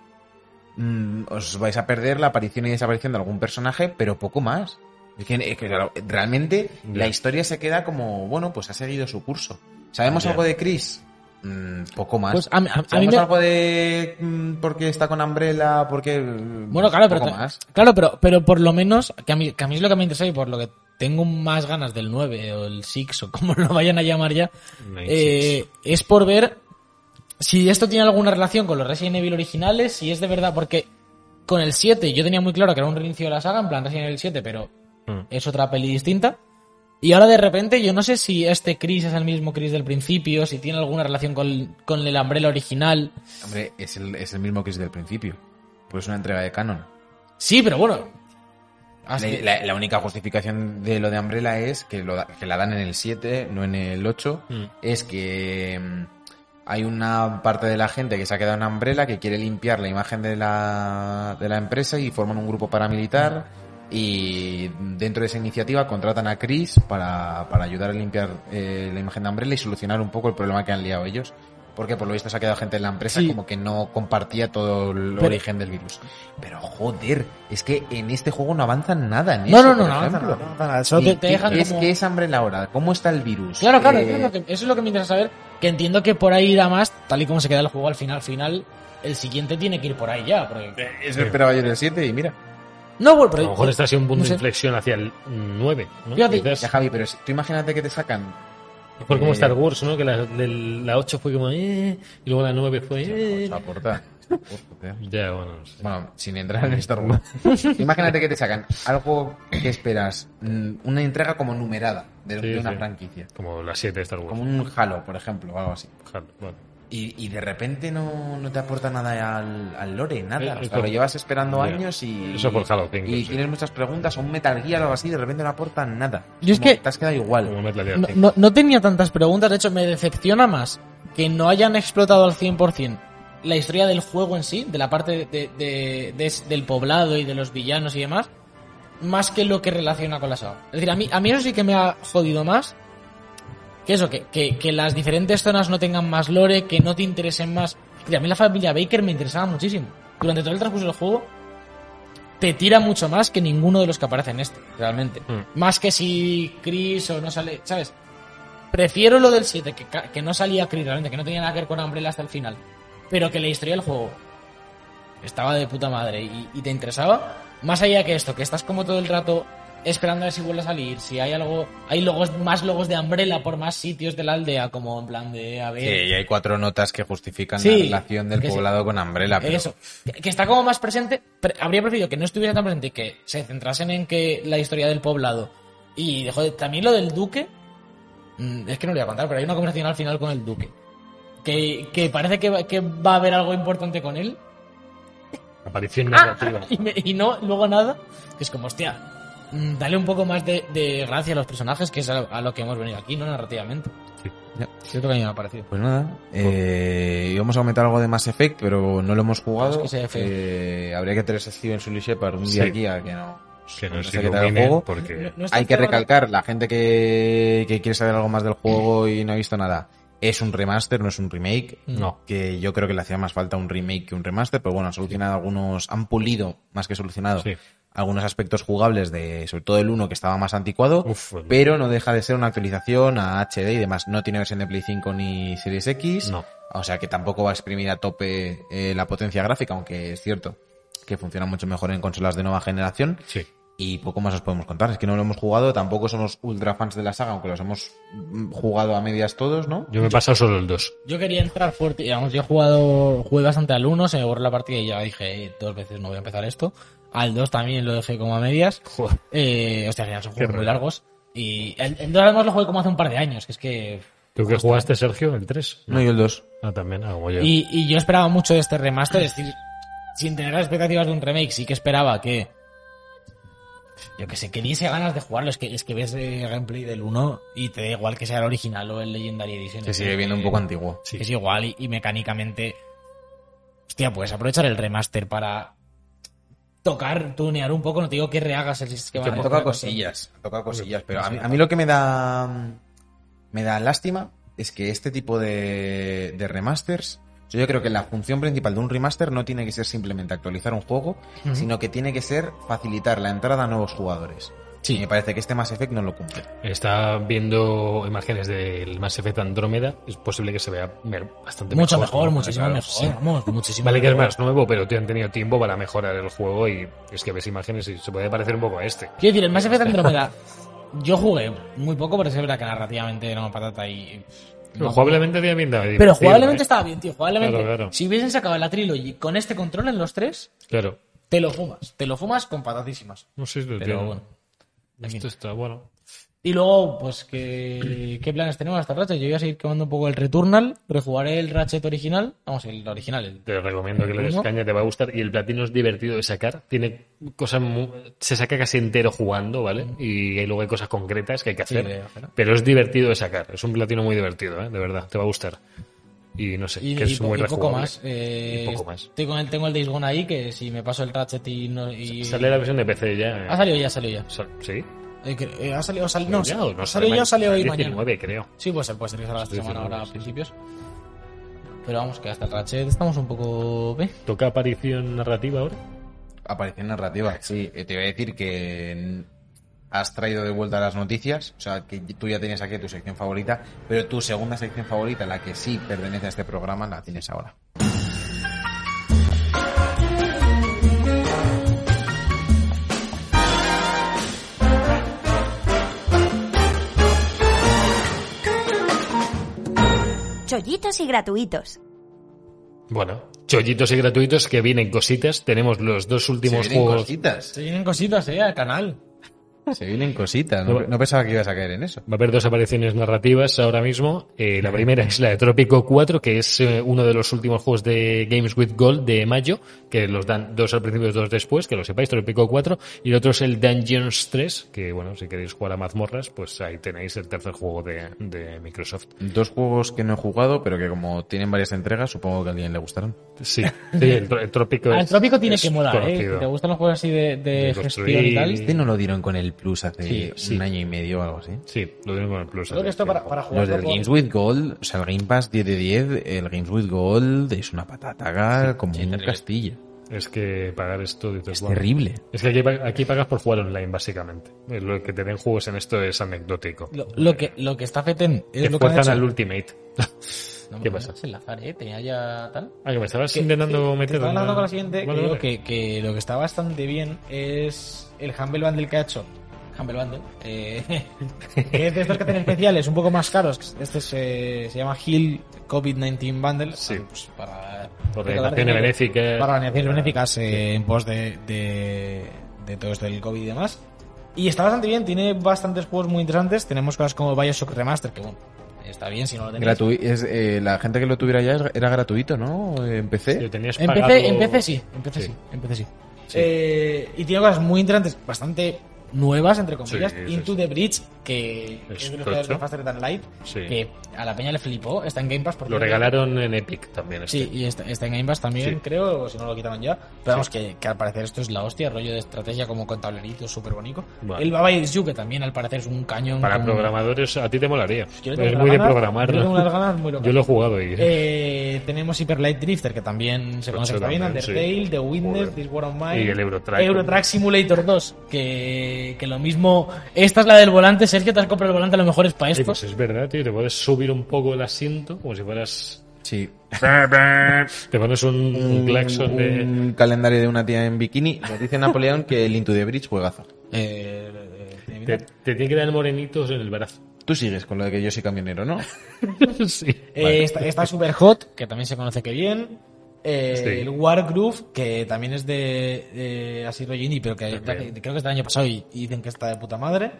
mm, os vais a perder la aparición y desaparición de algún personaje, pero poco más. Es que, es que, claro, realmente Ya. la historia se queda como, bueno, pues ha seguido su curso. ¿Sabemos Ya. algo de Chris? Mm, poco más. Pues a mí- a- a mí ¿Sabemos me- algo de mm, por qué está con Umbrella? ¿Por qué...? mm, Bueno, claro, pero, poco ta- más. claro pero, pero por lo menos, que a, mí, que a mí es lo que me interesa y por lo que tengo más ganas del 9 o el 6 o como lo vayan a llamar ya, Nine eh, es por ver si esto tiene alguna relación con los Resident Evil originales, si es de verdad, porque con el 7 yo tenía muy claro que era un reinicio de la saga, en plan Resident Evil 7, pero Hmm. Mm. es otra peli distinta. Y ahora de repente yo no sé si este Chris es el mismo Chris del principio, si tiene alguna relación con, con el Umbrella original. Hombre, es el, es el mismo Chris del principio. Pues es una entrega de canon. Sí, pero bueno. La, Así- la- la única justificación de lo de Umbrella es que, lo da- que la dan en el 7, no en el 8. Mm. Es que mm, hay una parte de la gente que se ha quedado en Umbrella que quiere limpiar la imagen de la, de la empresa y forman un grupo paramilitar. Y dentro de esa iniciativa contratan a Chris para, para ayudar a limpiar eh, la imagen de Umbrella y solucionar un poco el problema que han liado ellos. Porque por lo visto se ha quedado gente en la empresa Sí. como que no compartía todo el Pero- origen del virus. Pero joder, es que en este juego no avanzan nada en No, eso, no, no, por no avanzan ejemplo. nada, no avanzan nada, solo Ni te- te qué- dejan es como- que es hambre la hora, ¿cómo está el virus? Claro, claro, Eh, eso, es lo que, eso es lo que me interesa saber. Que entiendo que por ahí da más, tal y como se queda el juego al final, final, el siguiente tiene que ir por ahí ya. porque- Eh, Eso esperaba yo en el 7 y mira. No, bueno, A pero- eh, lo mejor está siendo un punto no sé. de inflexión hacia el 9, ¿no? Fíjate, Quizás. Ya Javi, pero si- tú imagínate que te sacan. Por como eh, Star Wars, ¿no? Que la, del- la 8 fue como... eh, y luego la 9 fue... eh. La puerta. Hostia. Ya, bueno. no sé. Pues, Bueno, sin entrar en Star Wars. Imagínate que te sacan algo que esperas, mm, una entrega como numerada de, Sí, de una sí. franquicia. Como la 7 de Star Wars. Como un Halo, por ejemplo, o algo así. Ojalá, bueno. Y, y de repente no, no te aporta nada al, al lore, Eh, nada. O es sea, lo por- llevas esperando Ya. años y. Eso por Halo cinco, Y sí. tienes muchas preguntas, o un Metal Gear o algo así, de repente no aportan nada. Yo es Como que- Te has quedado igual. Como Metal Gear no, cinco. no- no tenía tantas preguntas, de hecho me decepciona más que no hayan explotado al 100% la historia del juego en sí, de la parte de- de- de- del poblado y de los villanos y demás, más que lo que relaciona con la saga. Es decir, a mí, a mí eso sí que me ha jodido más que eso, que, que- que las diferentes zonas no tengan más lore, que no te interesen más. Y a mí la familia Baker me interesaba muchísimo. Durante todo el transcurso del juego, te tira mucho más que ninguno de los que aparece en este, realmente. Mm. Más que si Chris o no sale, ¿sabes? Prefiero lo del 7, que, ca- que no salía Chris realmente, que no tenía nada que ver con Umbrella hasta el final. Pero que la historia del juego estaba de puta madre y, y te interesaba. Más allá que esto, que estás como todo el rato esperando a ver si vuelve a salir, si hay algo, hay logos, más logos de Umbrella por más sitios de la aldea, como en plan de a ver. Sí, y hay cuatro notas que justifican Sí, la relación del que sí. poblado con Umbrella. Pero Eso. Que- Que está como más presente. pre- habría preferido que no estuviera tan presente y que se centrasen en que la historia del poblado. Y, joder, también lo del duque. mm, Es que no lo voy a contar, pero hay una conversación al final con el duque. Que, que parece que va, que va a haber algo importante con él. Aparición narrativa. Y, me- y no, luego nada. Que es como, hostia, mm, dale un poco más de, de gracia a los personajes, que es a, a lo que hemos venido aquí, ¿no? Narrativamente. Sí. Ya. Yo creo que a mí me ha parecido. Pues nada, Pues- eh, íbamos a aumentar algo de Mass Effect, pero no lo hemos jugado. Es que sea feo. Eh, habría que traer a Steven Sully Shepard un día Sí. aquí a que no. Que no nos sé qué tal el ilumine, juego. porque... No- no estoy Hay que cerrado. recalcar, la gente que, que quiere saber algo más del juego y no ha visto nada, es un remaster, no es un remake. No. Que yo creo que le hacía más falta un remake que un remaster, pero bueno, han solucionado algunos, han pulido, más que solucionado, Sí. algunos aspectos jugables de, sobre todo el 1 que estaba más anticuado, Uf, pues el- pero no deja de ser una actualización a HD y demás. No tiene versión de Play 5 ni Series X. No. O sea que tampoco va a exprimir a tope eh, la potencia gráfica, aunque es cierto que funciona mucho mejor en consolas de nueva generación. Sí. Y poco más os podemos contar. Es que no lo hemos jugado, tampoco somos ultra fans de la saga, aunque los hemos mm, jugado a medias todos, ¿no? Yo me he pasado solo el 2. Yo quería entrar fuerte, digamos, yo he jugado, jugué bastante al 1, se me borró la partida y ya dije eh, dos veces no voy a empezar esto. Al 2 también lo dejé como a medias. Eh, hostia, al final son Qué juegos muy raro. largos. Y el, el 2 además lo jugué como hace un par de años, que es que... ¿Tú que jugaste, Sergio? ¿El 3? No, yo el 2. Ah, también, ah, como yo. Y, y yo esperaba mucho de este remaster, es decir, sin tener las expectativas de un remake, sí que esperaba que... Yo que sé, que diese ganas de jugarlo, es que, es que ves el gameplay del 1 y te da igual que sea el original o el Legendary Edition. Se Es sigue que- viendo un poco antiguo. Sí. es igual y, y mecánicamente. Hostia, puedes aprovechar el remaster para tocar, tunear un poco. No te digo que rehagas el sistema. Que de me toca la consola. cosillas, me Pues, toca cosillas, pero a mí, a mí lo que me da me da lástima es que este tipo de, de remasters, yo creo que la función principal de un remaster no tiene que ser simplemente actualizar un juego, sino que tiene que ser facilitar la entrada a nuevos jugadores. Sí. Y me parece que este Mass Effect no lo cumple. Está viendo imágenes del Mass Effect Andrómeda. Es posible que se vea mer- bastante Mucho mejor. mejor, ¿no? muchísimo Claro, mejor. sí. Vamos, muchísimo Vale que es mejor. más nuevo, pero te han tenido tiempo para mejorar el juego y es que ves imágenes y se puede parecer un poco a este. Quiero decir, el Mass Effect Andromeda. yo jugué muy poco, pero es verdad que narrativamente era una patata y. Pero jugablemente había bien dado. Pero ¿eh? jugablemente estaba bien, tío. Jugablemente. Claro, claro. Si hubiesen sacado la trilogy con este control en los tres, Claro. te lo fumas. Te lo fumas con patatísimas. No sé si lo Pero tiene. bueno. en fin. Esto está bueno. Y luego, pues, ¿qué, qué planes tenemos hasta Ratchet? Yo voy a seguir quemando un poco el Returnal, rejugaré el Ratchet original, vamos, el original, el Te recomiendo que le des ¿Cómo? caña, te va a gustar. Y el platino es divertido de sacar. Tiene cosas mu- Se saca casi entero jugando, ¿vale? Y luego hay cosas concretas que hay que Mm. Sí, hacer. de hacer. pero es divertido de sacar. Es un platino muy divertido, ¿eh? De verdad, te va a gustar. Y no sé, y, que y es po- muy y poco rejugable. más. eh, Y poco más. Estoy con el, tengo el Days Gone ahí, que si me paso el Ratchet y... No, y- Sale la versión de PC ya. eh. Ha salido ya, salido ya. Sa- ¿Sí? Eh, que- eh, ha salido, sal- no, ¿Ya sal- o no? salió ya, salió hoy mañana. 19, creo. Sí, puede ser, puede ser que salga esta Estoy semana ahora a 19, principios. Pero vamos, que hasta el Ratchet estamos un poco... ¿ve? ¿Toca aparición narrativa ahora? Aparece en narrativa. Sí, eh, te voy a decir que mm, has traído de vuelta las noticias, o sea, que tú ya tienes aquí tu sección favorita, pero tu segunda sección favorita, la que sí pertenece a este programa, la tienes ahora. Chollitos y gratuitos. Bueno, chollitos y gratuitos que vienen cositas. Tenemos los dos últimos Se vienen juegos. cositas. Se vienen cositas, eh, al canal. Se vienen cositas. No, no pensaba que ibas a caer en eso. Va a haber dos apariciones narrativas ahora mismo. Eh, la primera es la de Trópico 4, que es eh, uno de los últimos juegos de Games with Gold de mayo, que los dan dos al principio y dos después, que lo sepáis, Trópico 4. Y el otro es el Dungeons 3, que bueno, si queréis jugar a mazmorras, pues ahí tenéis el tercer juego de, de Microsoft. Dos juegos que no he jugado, pero que como tienen varias entregas, supongo que a alguien le gustarán. Sí, sí el, tro- el Trópico Al es- Ah, Trópico tiene Pues, es que molar, eh. conocido. Si te gustan los juegos así de, de De gestión construir. y tal... Este no lo dieron con el Plus hace Sí, sí. un año y medio o algo así. Sí, lo tengo en el plus. Creo que esto para, para jugar Los del Games with Gold, o sea, el Game Pass 10 de 10, el Games with Gold es una patata gal, como un castillo. Es que pagar esto dices, Es bueno. terrible. Es que aquí, pa- aquí pagas por jugar online, básicamente. Eh, Lo que te den juegos en esto es anecdótico. lo, lo que, lo que está feten es Te lo que han fuerzan hecho. al Ultimate. No me ¿Qué lo pasa? hagas enlazar, eh, tenía ya tal. Ah, que me estabas Que- intentando que- meter. que estaba hablando ¿no? con la siguiente, Vale, que, digo vale. que- que lo que está bastante bien es el Humble Bundle que ha hecho. Humble Bundle. eh, que es de estos que hacen especiales, un poco más caros. Este se, se llama Hill COVID-19 Bundle. Sí. Ah, pues, para Organizaciones recaudar dinero. benéficas. Para organizaciones benéficas eh, en pos de, de, de todo esto del COVID y demás. Y está bastante bien, tiene bastantes juegos muy interesantes. Tenemos cosas como Bioshock Remaster, que bueno, está bien si no lo tenéis. Gratui- es, eh, la gente que lo tuviera ya es- era gratuito, ¿no? En PC. Lo tenías En pagado- PC, en PC sí, en PC sí, Sí. en PC sí. Sí. Eh, y tiene cosas muy interesantes, bastante nuevas, entre comillas. Sí, sí, Into sí. the Bridge, que que Es es de los juegos de tocho. Faster Than Light, Sí. que a la peña le flipó, está en Game Pass. Por Lo cierto. regalaron en Epic también. Este. Sí, y está, está en Game Pass también, Sí. creo, o si no lo quitaron ya. Pero vamos, que, que al parecer esto es la hostia, rollo de estrategia como con tableritos, súper bonito. Bueno. El Baba Is You, que también al parecer es un cañón. Para con- programadores, a ti te molaría. Mm. Pues Yo le Es tengo unas muy de ganas- Yo, le tengo unas programarlo. ganas muy locas. Yo lo he jugado y. Eh, tenemos Hyper Light Drifter, que también se conoce Eso también, también, Undertale, sí. The Witness, Joder. This War of Mine. Y el Euro Truck. Euro Truck Simulator 2, que, que lo mismo... Esta es la del volante, Sergio, te has comprado el volante, a lo mejor es para Eh, esto. pues es verdad, tío. Te puedes subir un poco el asiento como si fueras. Sí. Te pones un, Mm, un claxon de. un calendario de una tía en bikini. Nos dice Napoleón que el Into the Bridge juegazo. Eh, eh, ¿tiene Te, pinta? te tiene que dar morenitos en el brazo. Tú sigues con lo de que yo soy camionero, ¿no? sí. Eh, Vale. está, está Super Hot, que también se conoce que bien. Eh, Sí. El Wargroove, que también es de, de así rollo indie, pero que También. que creo que es del año pasado y, y dicen que está de puta madre.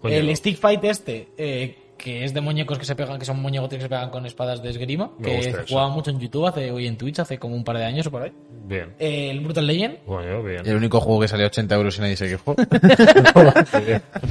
Coño. el Stick Fight este, eh, que es de muñecos que se pegan, que son muñecos que se pegan con espadas de esgrima, Me que gusta eso. jugaba mucho en YouTube hace, hoy en Twitch hace como un par de años o por ahí. Bien. Eh, el Brutal Legend, Bueno, bien. El único juego que salió a 80 euros y nadie se quejó.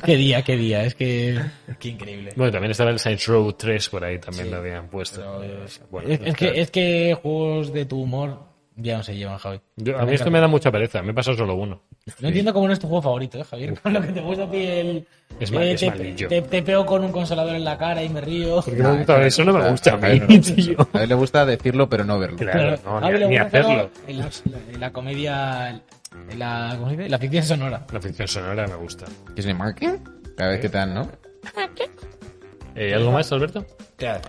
qué día, qué día, es que qué increíble. Bueno, también estaba el Saints Row 3 por ahí, también Sí, lo habían puesto. Pero, eh, Bueno, pues es, claro. es que, es que juegos de tu humor ya no se llevan, Javi. Yo- a mí esto me da mucha pereza, me he pasado solo uno. No entiendo cómo no es tu juego favorito, ¿eh, Javier. Con lo que te gusta a ti el. Es mal- eh, es te, malillo. te- te peo con un consolador en la cara y me río. Porque me gusta- eso no me gusta a mí, Javier no le gusta tío. eso. A él le gusta decirlo, pero no verlo. Claro, no, Javi, ni, le ni gusta hacerlo. todo en La, en la comedia. en la, ¿Cómo se dice? La ficción sonora. La ficción sonora me gusta. ¿Qué es mi marketing? Cada vez que te dan, ¿no? Eh, ¿Algo más, Alberto? Claro.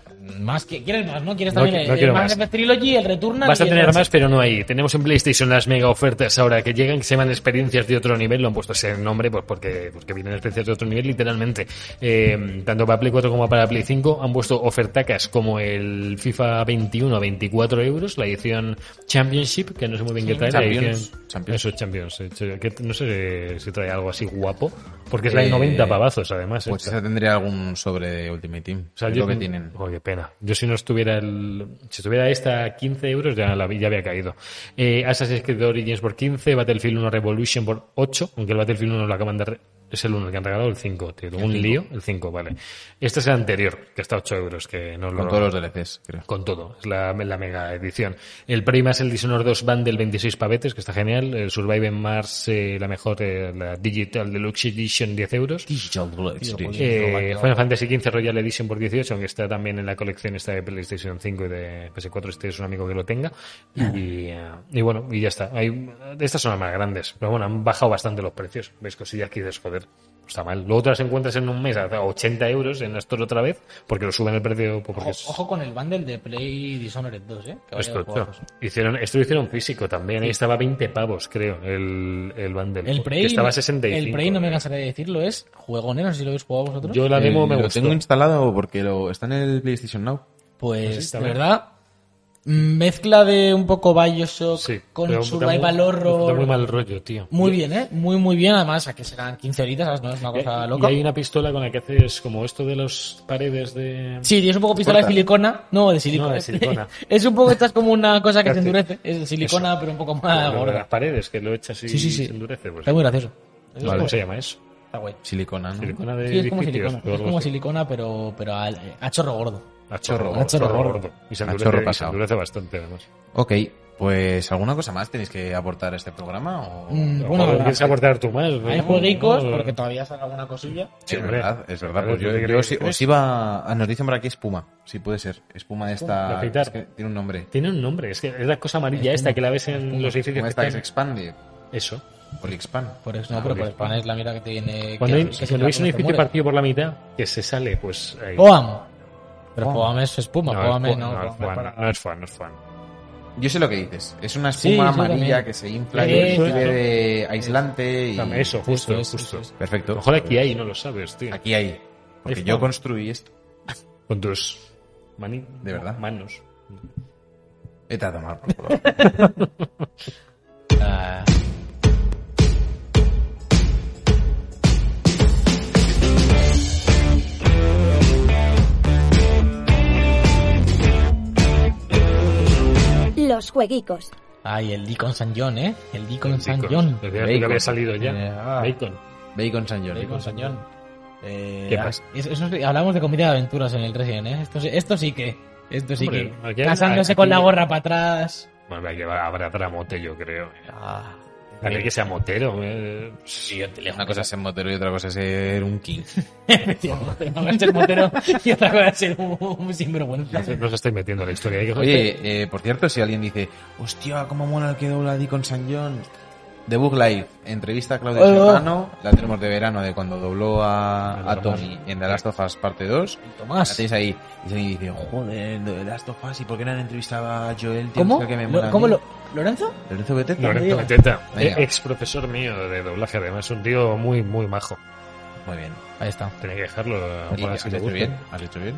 Más que, ¿Quieres más, no? ¿Quieres No también qui- el- no el quiero Mass más. Effect Trilogy, el Returnal? Vas a y el tener Ratchet? más, pero no ahí. Tenemos en PlayStation las mega ofertas ahora que llegan, que se llaman experiencias de otro nivel. Lo han puesto ese nombre pues porque, porque vienen experiencias de otro nivel, literalmente. Eh, tanto para Play 4 como para Play 5 han puesto ofertacas como el FIFA 21 a 24 euros, la edición Championship, que no sé muy bien qué trae. la Champions. edición- Champions. Eso, Champions. eh, ch- que no sé si trae algo así guapo, porque es la de Eh, 90 pavazos, además. Pues esta. esa tendría algún sobre de Ultimate Team. O sea, es yo- lo que tienen. Oh, qué pena. Yo si no estuviera el, si estuviera esta a 15 euros ya, la, vi- ya había caído. Eh, Assassin's Creed Origins por 15, Battlefield 1 Revolution por 8, aunque el Battlefield 1 lo acaban de... re- es el 1 el que han regalado, el 5. Tío, un lío, el 5, vale. Este es el anterior, que está a 8 euros, que no Con lo... todos los DLCs, creo. Con todo, es la, la mega edición. El Prey es el Dishonored 2 Bundle 26 pavetes, que está genial. El Survive en Mars, eh, la mejor, eh, la Digital Deluxe Edition 10 euros. Eh, Final Fantasy XV Royal Edition por 18, aunque está también en la colección esta de PlayStation 5 y de PS4, este es un amigo que lo tenga. Y, eh, y bueno, y ya está. Hay, estas son las más grandes, pero bueno, han bajado bastante los precios. Ves cosillas que dices, joder, no está mal. Luego te las encuentras en un mes a 80 euros en Astor otra vez, porque lo suben el precio. pues, Porque Ojo, es- ojo con el bundle de Play Dishonored 2, ¿eh? Que vaya esto, juegazos. Pues, hicieron, esto lo hicieron físico también, ahí estaba 20 pavos, creo, el, el bundle. El que Prey. estaba a 65. El Prey, no me cansaré de decirlo, es juegonero. No sé si lo habéis jugado vosotros. Yo la demo Eh, me lo gustó. tengo instalado porque lo, está en el PlayStation Now. Pues sí, Pues, de también. verdad, mezcla de un poco Bioshock Sí, pero con da Survival muy- Da Horror. muy Muy, mal rollo, tío. bien, ¿eh? Muy, muy bien. Además, aquí serán 15 horitas, ¿sabes? No es una cosa Eh, Y- loca. Y hay una pistola con la que haces como esto de las paredes de... Sí, tienes un poco pistola de corta. silicona. No, de silicona. No, de silicona. es un poco, esta es como una cosa que Hace- se endurece. Es de silicona, pero un poco más lo de ah, gorda. las paredes, que lo echas y Sí, sí, sí. se endurece. Pues, Está muy gracioso. ¿Cómo Vale. se llama eso? Está guay. Silicona, ¿no? Silicona de Sí, es como edificios, silicona. o Es algo como así. silicona, pero, pero a, a chorro gordo. A chorro, A chorro gordo. gordo. Y se A endurece, chorro y se pasado. endurece bastante, además. Ok, pues ¿alguna cosa más tenéis que aportar a este programa? O... Mm, Pero, bueno, joder, la- ¿Quieres aportar tú más? Hay ¿no? jueguicos, No, porque todavía sale alguna cosilla. Sí, es hombre. verdad, es verdad. Claro, Pues yo, ¿tú te yo crees? os, os iba. ah, Nos dicen por aquí espuma, sí puede ser. Espuma de ¿De esta. afeitar? es que tiene un nombre. Tiene un nombre, es que es la cosa amarilla esta que la ves en los edificios. Espuma que esta que se están- expande. Eso. Poliexpan. Por Ah, eso, no, pero por España es la mierda que te viene. Cuando, que- hay- que si cuando la veis un comes te edificio mueres. partido por la mitad, que se sale, pues... ahí. Poam. Pero Poam. Poam es espuma, No, Poam es es- no. no, Poam es es Juan, para- no es Juan, no es Juan. Yo sé lo que dices. Es una Sí, espuma sí, amarilla también. que se infla Eso, y sirve eso. de aislante. Y... Dame Eso, justo, Eso es, justo. eso es. A Perfecto. lo mejor aquí hay, no lo sabes, tío. Aquí hay. Porque Ahí yo está. construí esto. Con tus mani- ¿De verdad? manos. Vete a tomar por culo. Ah. Los jueguicos. Ay, el Deacon San John, ¿eh? El Deacon San Bacon. John. Decía que Bacon. había salido ya. Ah. Bacon. Bacon San El Jordi. Deacon San John. Eh, ¿Qué ah, pasa? eso- eso sí, hablamos de comida de aventuras en el Resident, ¿eh? Esto, sí- esto sí que. Esto sí Hombre, aquí que. hay- Casándose aquí- con la gorra para atrás. Bueno, hay que- habrá tramote, yo creo. Ah. También que sea motero. eh. Una cosa es ser motero y otra cosa es ser un king. Una cosa es ser motero y otra cosa es ser un, un sinvergüenza. No se estáis metiendo en la historia. Hay que- Oye, eh, por cierto, si alguien dice, hostia, cómo mola el que dobla Deacon San John, Debug Live, entrevista a Claudia Serrano, la tenemos de verano de cuando dobló a, a Tommy en The Last of Us parte 2. La Tomás. tenéis ahí. Y se dice, joder, The Last of Us, ¿y por qué no han entrevistado a Joel? Tío, ¿Cómo? Es el que me Lo- mola a ¿Cómo mí". lo, Lorenzo? Lorenzo Beteta. Lorenzo Beteta, Venga. ex profesor mío de doblaje, además, un tío muy, muy majo. Muy bien. Ahí está. Tenía que dejarlo a Y Juan, has si le hecho gusta. bien, has hecho bien.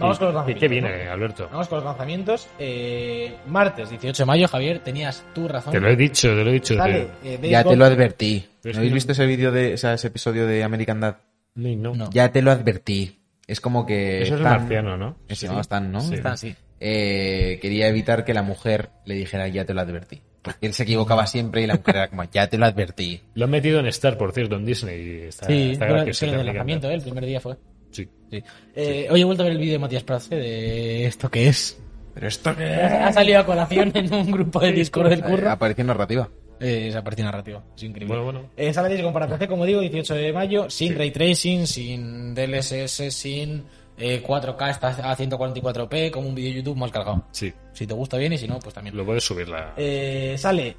Vamos con los ¿Y lanzamientos. qué ¿no? viene, Alberto? Vamos con los lanzamientos. Eh, martes 18 de mayo, Javier, tenías tu razón. Te lo he dicho, te lo he dicho. Sale, te- eh, Days Ya te Gone. lo advertí. Pero es ¿No habéis que- visto ese vídeo de, o sea, ese episodio de American Dad? Ni- No. No. Ya te lo advertí. Es como que. Eso es Stan- marciano, ¿no? que eh, Se llamaba Stan, ¿no? Sí. Está así. Eh, quería evitar que la mujer le dijera ya te lo advertí. Porque él se equivocaba siempre y la mujer era como ya te lo advertí. Lo han metido en Star, por cierto, en Disney. y Está, Sí, está fue la- graciosito, fue el me encanta. lanzamiento, eh, el primer día fue. Sí. Eh, Hoy he vuelto a ver el vídeo de Matías Prace de esto que es. Pero esto Ha salido a colación en un grupo de Discord del curro. Apareció Eh, narrativa. Eh, esa parte narrativa, es increíble. Bueno, bueno. Eh, sale Days Gone para PC, como digo, 18 de mayo, sin ray tracing, sin DLSS, sin eh, 4K, está a 144p, como un vídeo de YouTube más cargado. Sí, Si te gusta bien y si no, pues también. lo puedes subir la... Eh, sale,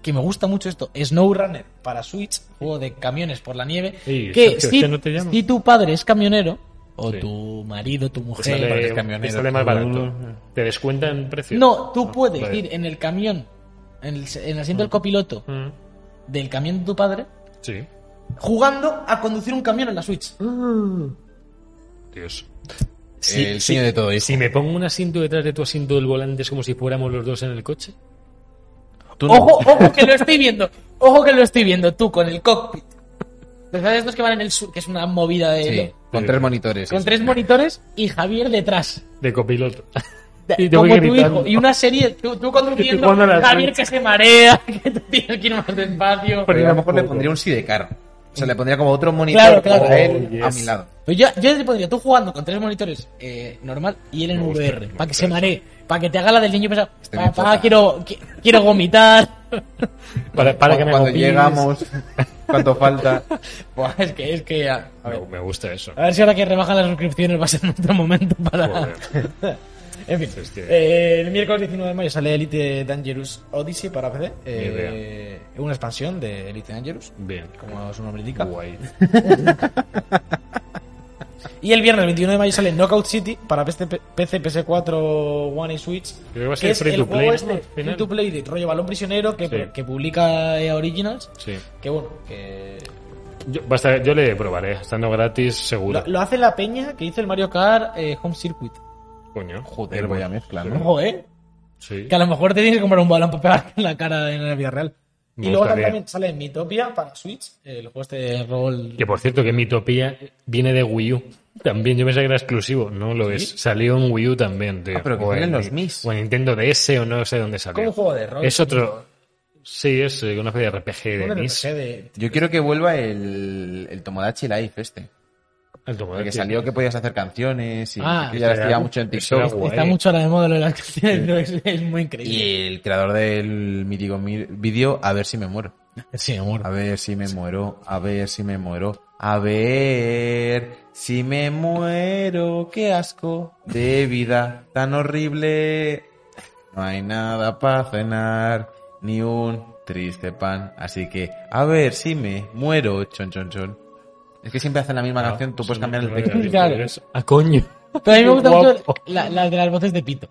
que me gusta mucho esto, SnowRunner para Switch, juego de camiones por la nieve. Ey, que Sergio, si, ¿usted no te llama? si tu padre es camionero, o Sí. tu marido, tu Te mujer, sale, es camionero. te sale más barato. ¿Te descuentan precio? No, tú puedes Ah, vale. ir en el camión, en el, en el asiento del copiloto Mm, del camión de tu padre, Sí. jugando a conducir un camión en la Switch. Ah. Dios. el sueño de todo hijo. Si me pongo un asiento detrás de tu asiento del volante, ¿es como si fuéramos los dos en el coche? Tú no. Ojo, ojo que lo estoy viendo. Ojo que lo estoy viendo tú con el cockpit. Los de estos que van en el sur, que es una movida de. Sí, con tres monitores. Con tres monitores y Javier detrás. De copiloto. De- Y te voy como tu gritando. hijo. Y una serie, tú, tú conduciendo, jugando a la Javier Switch. que se marea, que tú tienes que ir más despacio. Pero yo a lo mejor le pondría un sidecar. O sea, le pondría como otro Claro, monitor claro. a él Oh, a yes. mi lado. Pero Pues yo, yo te pondría tú jugando con tres monitores eh, normal y él en Me gusta, me VR, para que gusta se maree, para que te haga la del niño pesado. Este me Papá, flipa. quiero, qui- quiero vomitar. Para, para que me cuando copies. llegamos, cuánto falta. Buah, es que, es que. A, a ver. Me, me gusta eso. A ver si ahora que rebajan las suscripciones va a ser nuestro momento para. Joder. en fin. Es que- Eh, el miércoles 19 de mayo sale Elite Dangerous Odyssey para PC. Eh, idea. una expansión de Elite Dangerous, Bien. como su nombre indica. Guay. Y el viernes 21 de mayo sale Knockout City para PC, PC, PS4, One y Switch. Creo que va a que ser es free el to juego play, ¿no? este, Al final. free to play de rollo balón prisionero que, Sí. que publica eh, Originals. Sí. Que bueno, que. Yo, basta, yo le probaré. Estando gratis, seguro. Lo, lo hace la peña que hizo el Mario Kart eh, Home Circuit. Coño. Joder, voy a mezclar, ¿no? Ojo, eh. Sí. Que a lo mejor te tienes que comprar un balón para pegar en la cara en la vida real. Me y luego gustaría. también sale Mitopia para Switch, el juego este de rol. Que por cierto, que Mitopía viene de Wii U. También yo pensé que era exclusivo. No lo es. Salió en Wii U también, tío. Ah, pero que O en- tienen los Mis. O en Nintendo DS o no sé dónde salió. como un juego de rol. Es otro. Sí, es eh, una especie de RPG Un de RPG Mis. de- Yo quiero que vuelva el, el Tomodachi Life este. El tomador, Porque tío. salió que podías hacer canciones y Ah, que ya las era- hacía mucho en eso era TikTok. guay. Está mucho ahora de moda lo de las canciones, pero es, es muy increíble. Y el creador del mítico mi- vídeo, a ver si me muero. Sí, amor. A ver si me muero, a ver si me muero, a ver si me muero. Qué asco de vida tan horrible. No hay nada para cenar, ni un triste pan. Así que, a ver si me muero, chon chon chon. Es que siempre hacen la misma canción, tú puedes cambiar el texto. Ah, Claro. Ah, coño. Pero a mí me gusta mucho Guapo. la, la de las voces de Pito.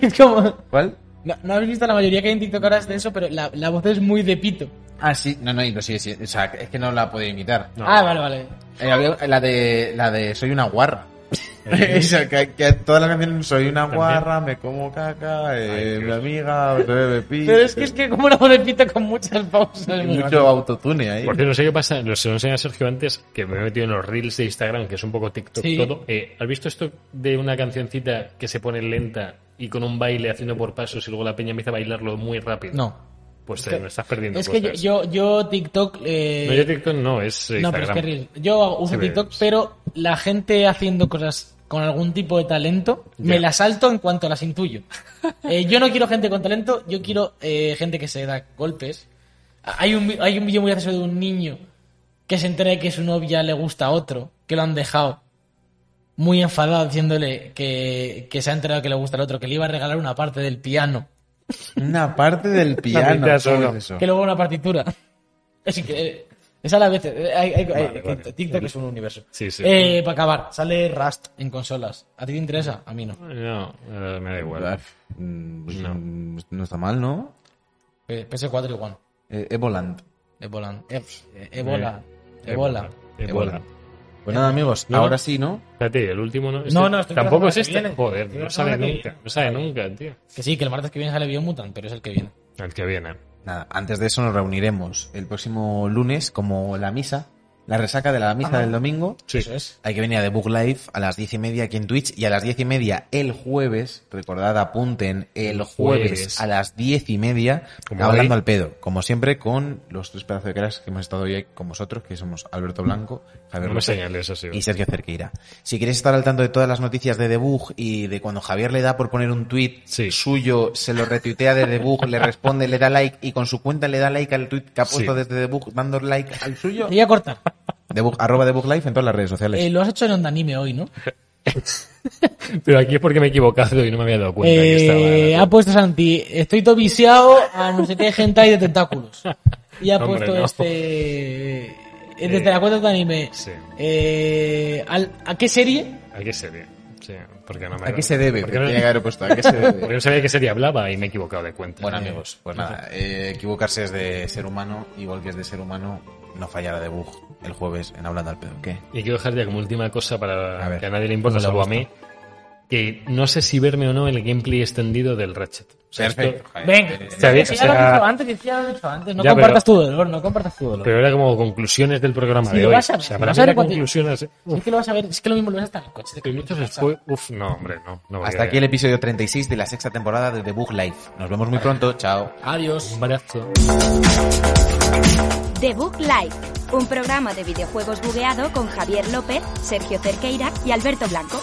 Que es como. ¿Cuál? No, no habéis visto la mayoría que hay en TikTok ahora es de eso, pero la, la voz es muy de Pito. Ah, sí, no, no, y lo sigue, sí, o sea, es que no la puedo imitar. No. Ah, vale, vale. Eh, había- la de la de soy una guarra. Esa, que, que toda la canción soy una También. guarra, me como caca, eh, Ay, mi Dios. amiga, bebe pi. Pero es que es que como una voz de Pito con muchas pausas. Hay es muy mucho gracioso. autotune ahí. Porque no sé qué pasa, lo se lo enseñé a Sergio antes, que me he metido en los reels de Instagram, que es un poco TikTok Sí. todo. Eh, ¿Has visto esto de una cancioncita que se pone lenta y con un baile haciendo por pasos y luego la peña empieza a bailarlo muy rápido? No. Pues que- te, me estás perdiendo. Es que yo, cosas. yo, yo Tiktok. eh, pues No, yo TikTok no, es eh, no, pero es Instagram. que Reels. Yo hago- uso Sí, TikTok, ves. pero la gente haciendo cosas con algún tipo de talento, me Ya. las salto en cuanto las intuyo. Eh, yo no quiero gente con talento, yo quiero eh, gente que se da golpes. Hay un, vi- hay un vídeo muy gracioso de un niño que se entera de que su novia le gusta a otro, que lo han dejado muy enfadado diciéndole que, que se ha enterado que le gusta al otro, que le iba a regalar una parte del piano. Una parte del piano. mitad solo. ¿cómo es eso? Que luego una partitura. Es que. Es a la vez. eh, hay- hay- Vale, hay- vale. TikTok es un universo. Sí, sí. Eh, para acabar, sale Rust en consolas. ¿A ti te interesa? A mí no. No, eh, me da Ah, igual. pf, mm, pues, No. mm, no está mal, ¿no? P- PS4 y One. Eh, Evoland. Ebola. E- Ebola. Pues, Eh, Ebola. Ebola. Pues nada, amigos, No. ahora sí, ¿no? Espérate, el último no. No, no, estoy Tampoco pensando es que este. viene. Joder, Estoy no pensando sale que nunca. No sale nunca, tío. Que sí, que el martes que viene sale Biomutant, pero es el que viene. El que viene. Nada, antes de eso nos reuniremos el próximo lunes como la misa, la resaca de la misa del domingo. Sí. Eso es. Hay que venir a The Book Live a las diez y media aquí en Twitch y a las diez y media el jueves, recordad, apunten el jueves, Jueves. a las diez y media, Como hablando hoy. al pedo, como siempre con los tres pedazos de caras que hemos estado hoy aquí con vosotros, que somos Alberto Blanco, Javier No me López señales así. y Sergio Cerqueira. Si queréis estar al tanto de todas las noticias de Debug y de cuando Javier le da por poner un tweet Sí. suyo, se lo retuitea de Debug, le responde, le da like y con su cuenta le da like al tweet que ha Sí. puesto desde Debug, dando like al suyo. Te voy a cortar. Debug, arroba Debug Live en todas las redes sociales. Eh, lo has hecho en Onda Anime hoy, ¿no? Pero aquí es porque me he equivocado y no me había dado cuenta. que estaba Eh, ha puesto Santi, estoy todo viciado a no sé qué gente de tentáculos. Y ha Hombre, puesto no. este... eh, Desde la cuenta de anime. Sí. Eh, al- ¿A qué serie? ¿A qué serie? Sí, porque no me ¿A qué se debe? Porque Tenía que no, haber puesto, ¿a qué se porque debe? no sabía qué serie hablaba y me he equivocado de cuenta. Bueno, amigos, pues nada, eh, equivocarse es de ser humano, igual que es de ser humano, no fallar a Debug el jueves en Hablando al Pedo. ¿Qué? Y quiero dejar ya como última cosa para A ver. que a nadie le importa, No le salvo a gusta. mí, que no sé si verme o no el gameplay extendido del Ratchet. O sea, esto- Perfecto. joder. Venga, Eh, está bien, que o ya lo sea- he dicho antes, que ya lo he dicho antes. No Ya, pero- compartas tu dolor, no compartas tu dolor. pero era como conclusiones del programa Sí, de lo hoy. vas a ver, o sea, lo para vas mí a ver era cuando- conclusiones. ¿eh? Es Uf, que lo vas a ver, es que lo mismo lo ves hasta en el coche. que muchos después. Uf, no, hombre, no. no voy Hasta a- aquí el episodio 36 de la sexta temporada de The Bug Life. Nos vemos muy pronto. Chao. Adiós. Un abrazo. The Book Live, un programa de videojuegos bugueado con Javier López, Sergio Cerqueira y Alberto Blanco.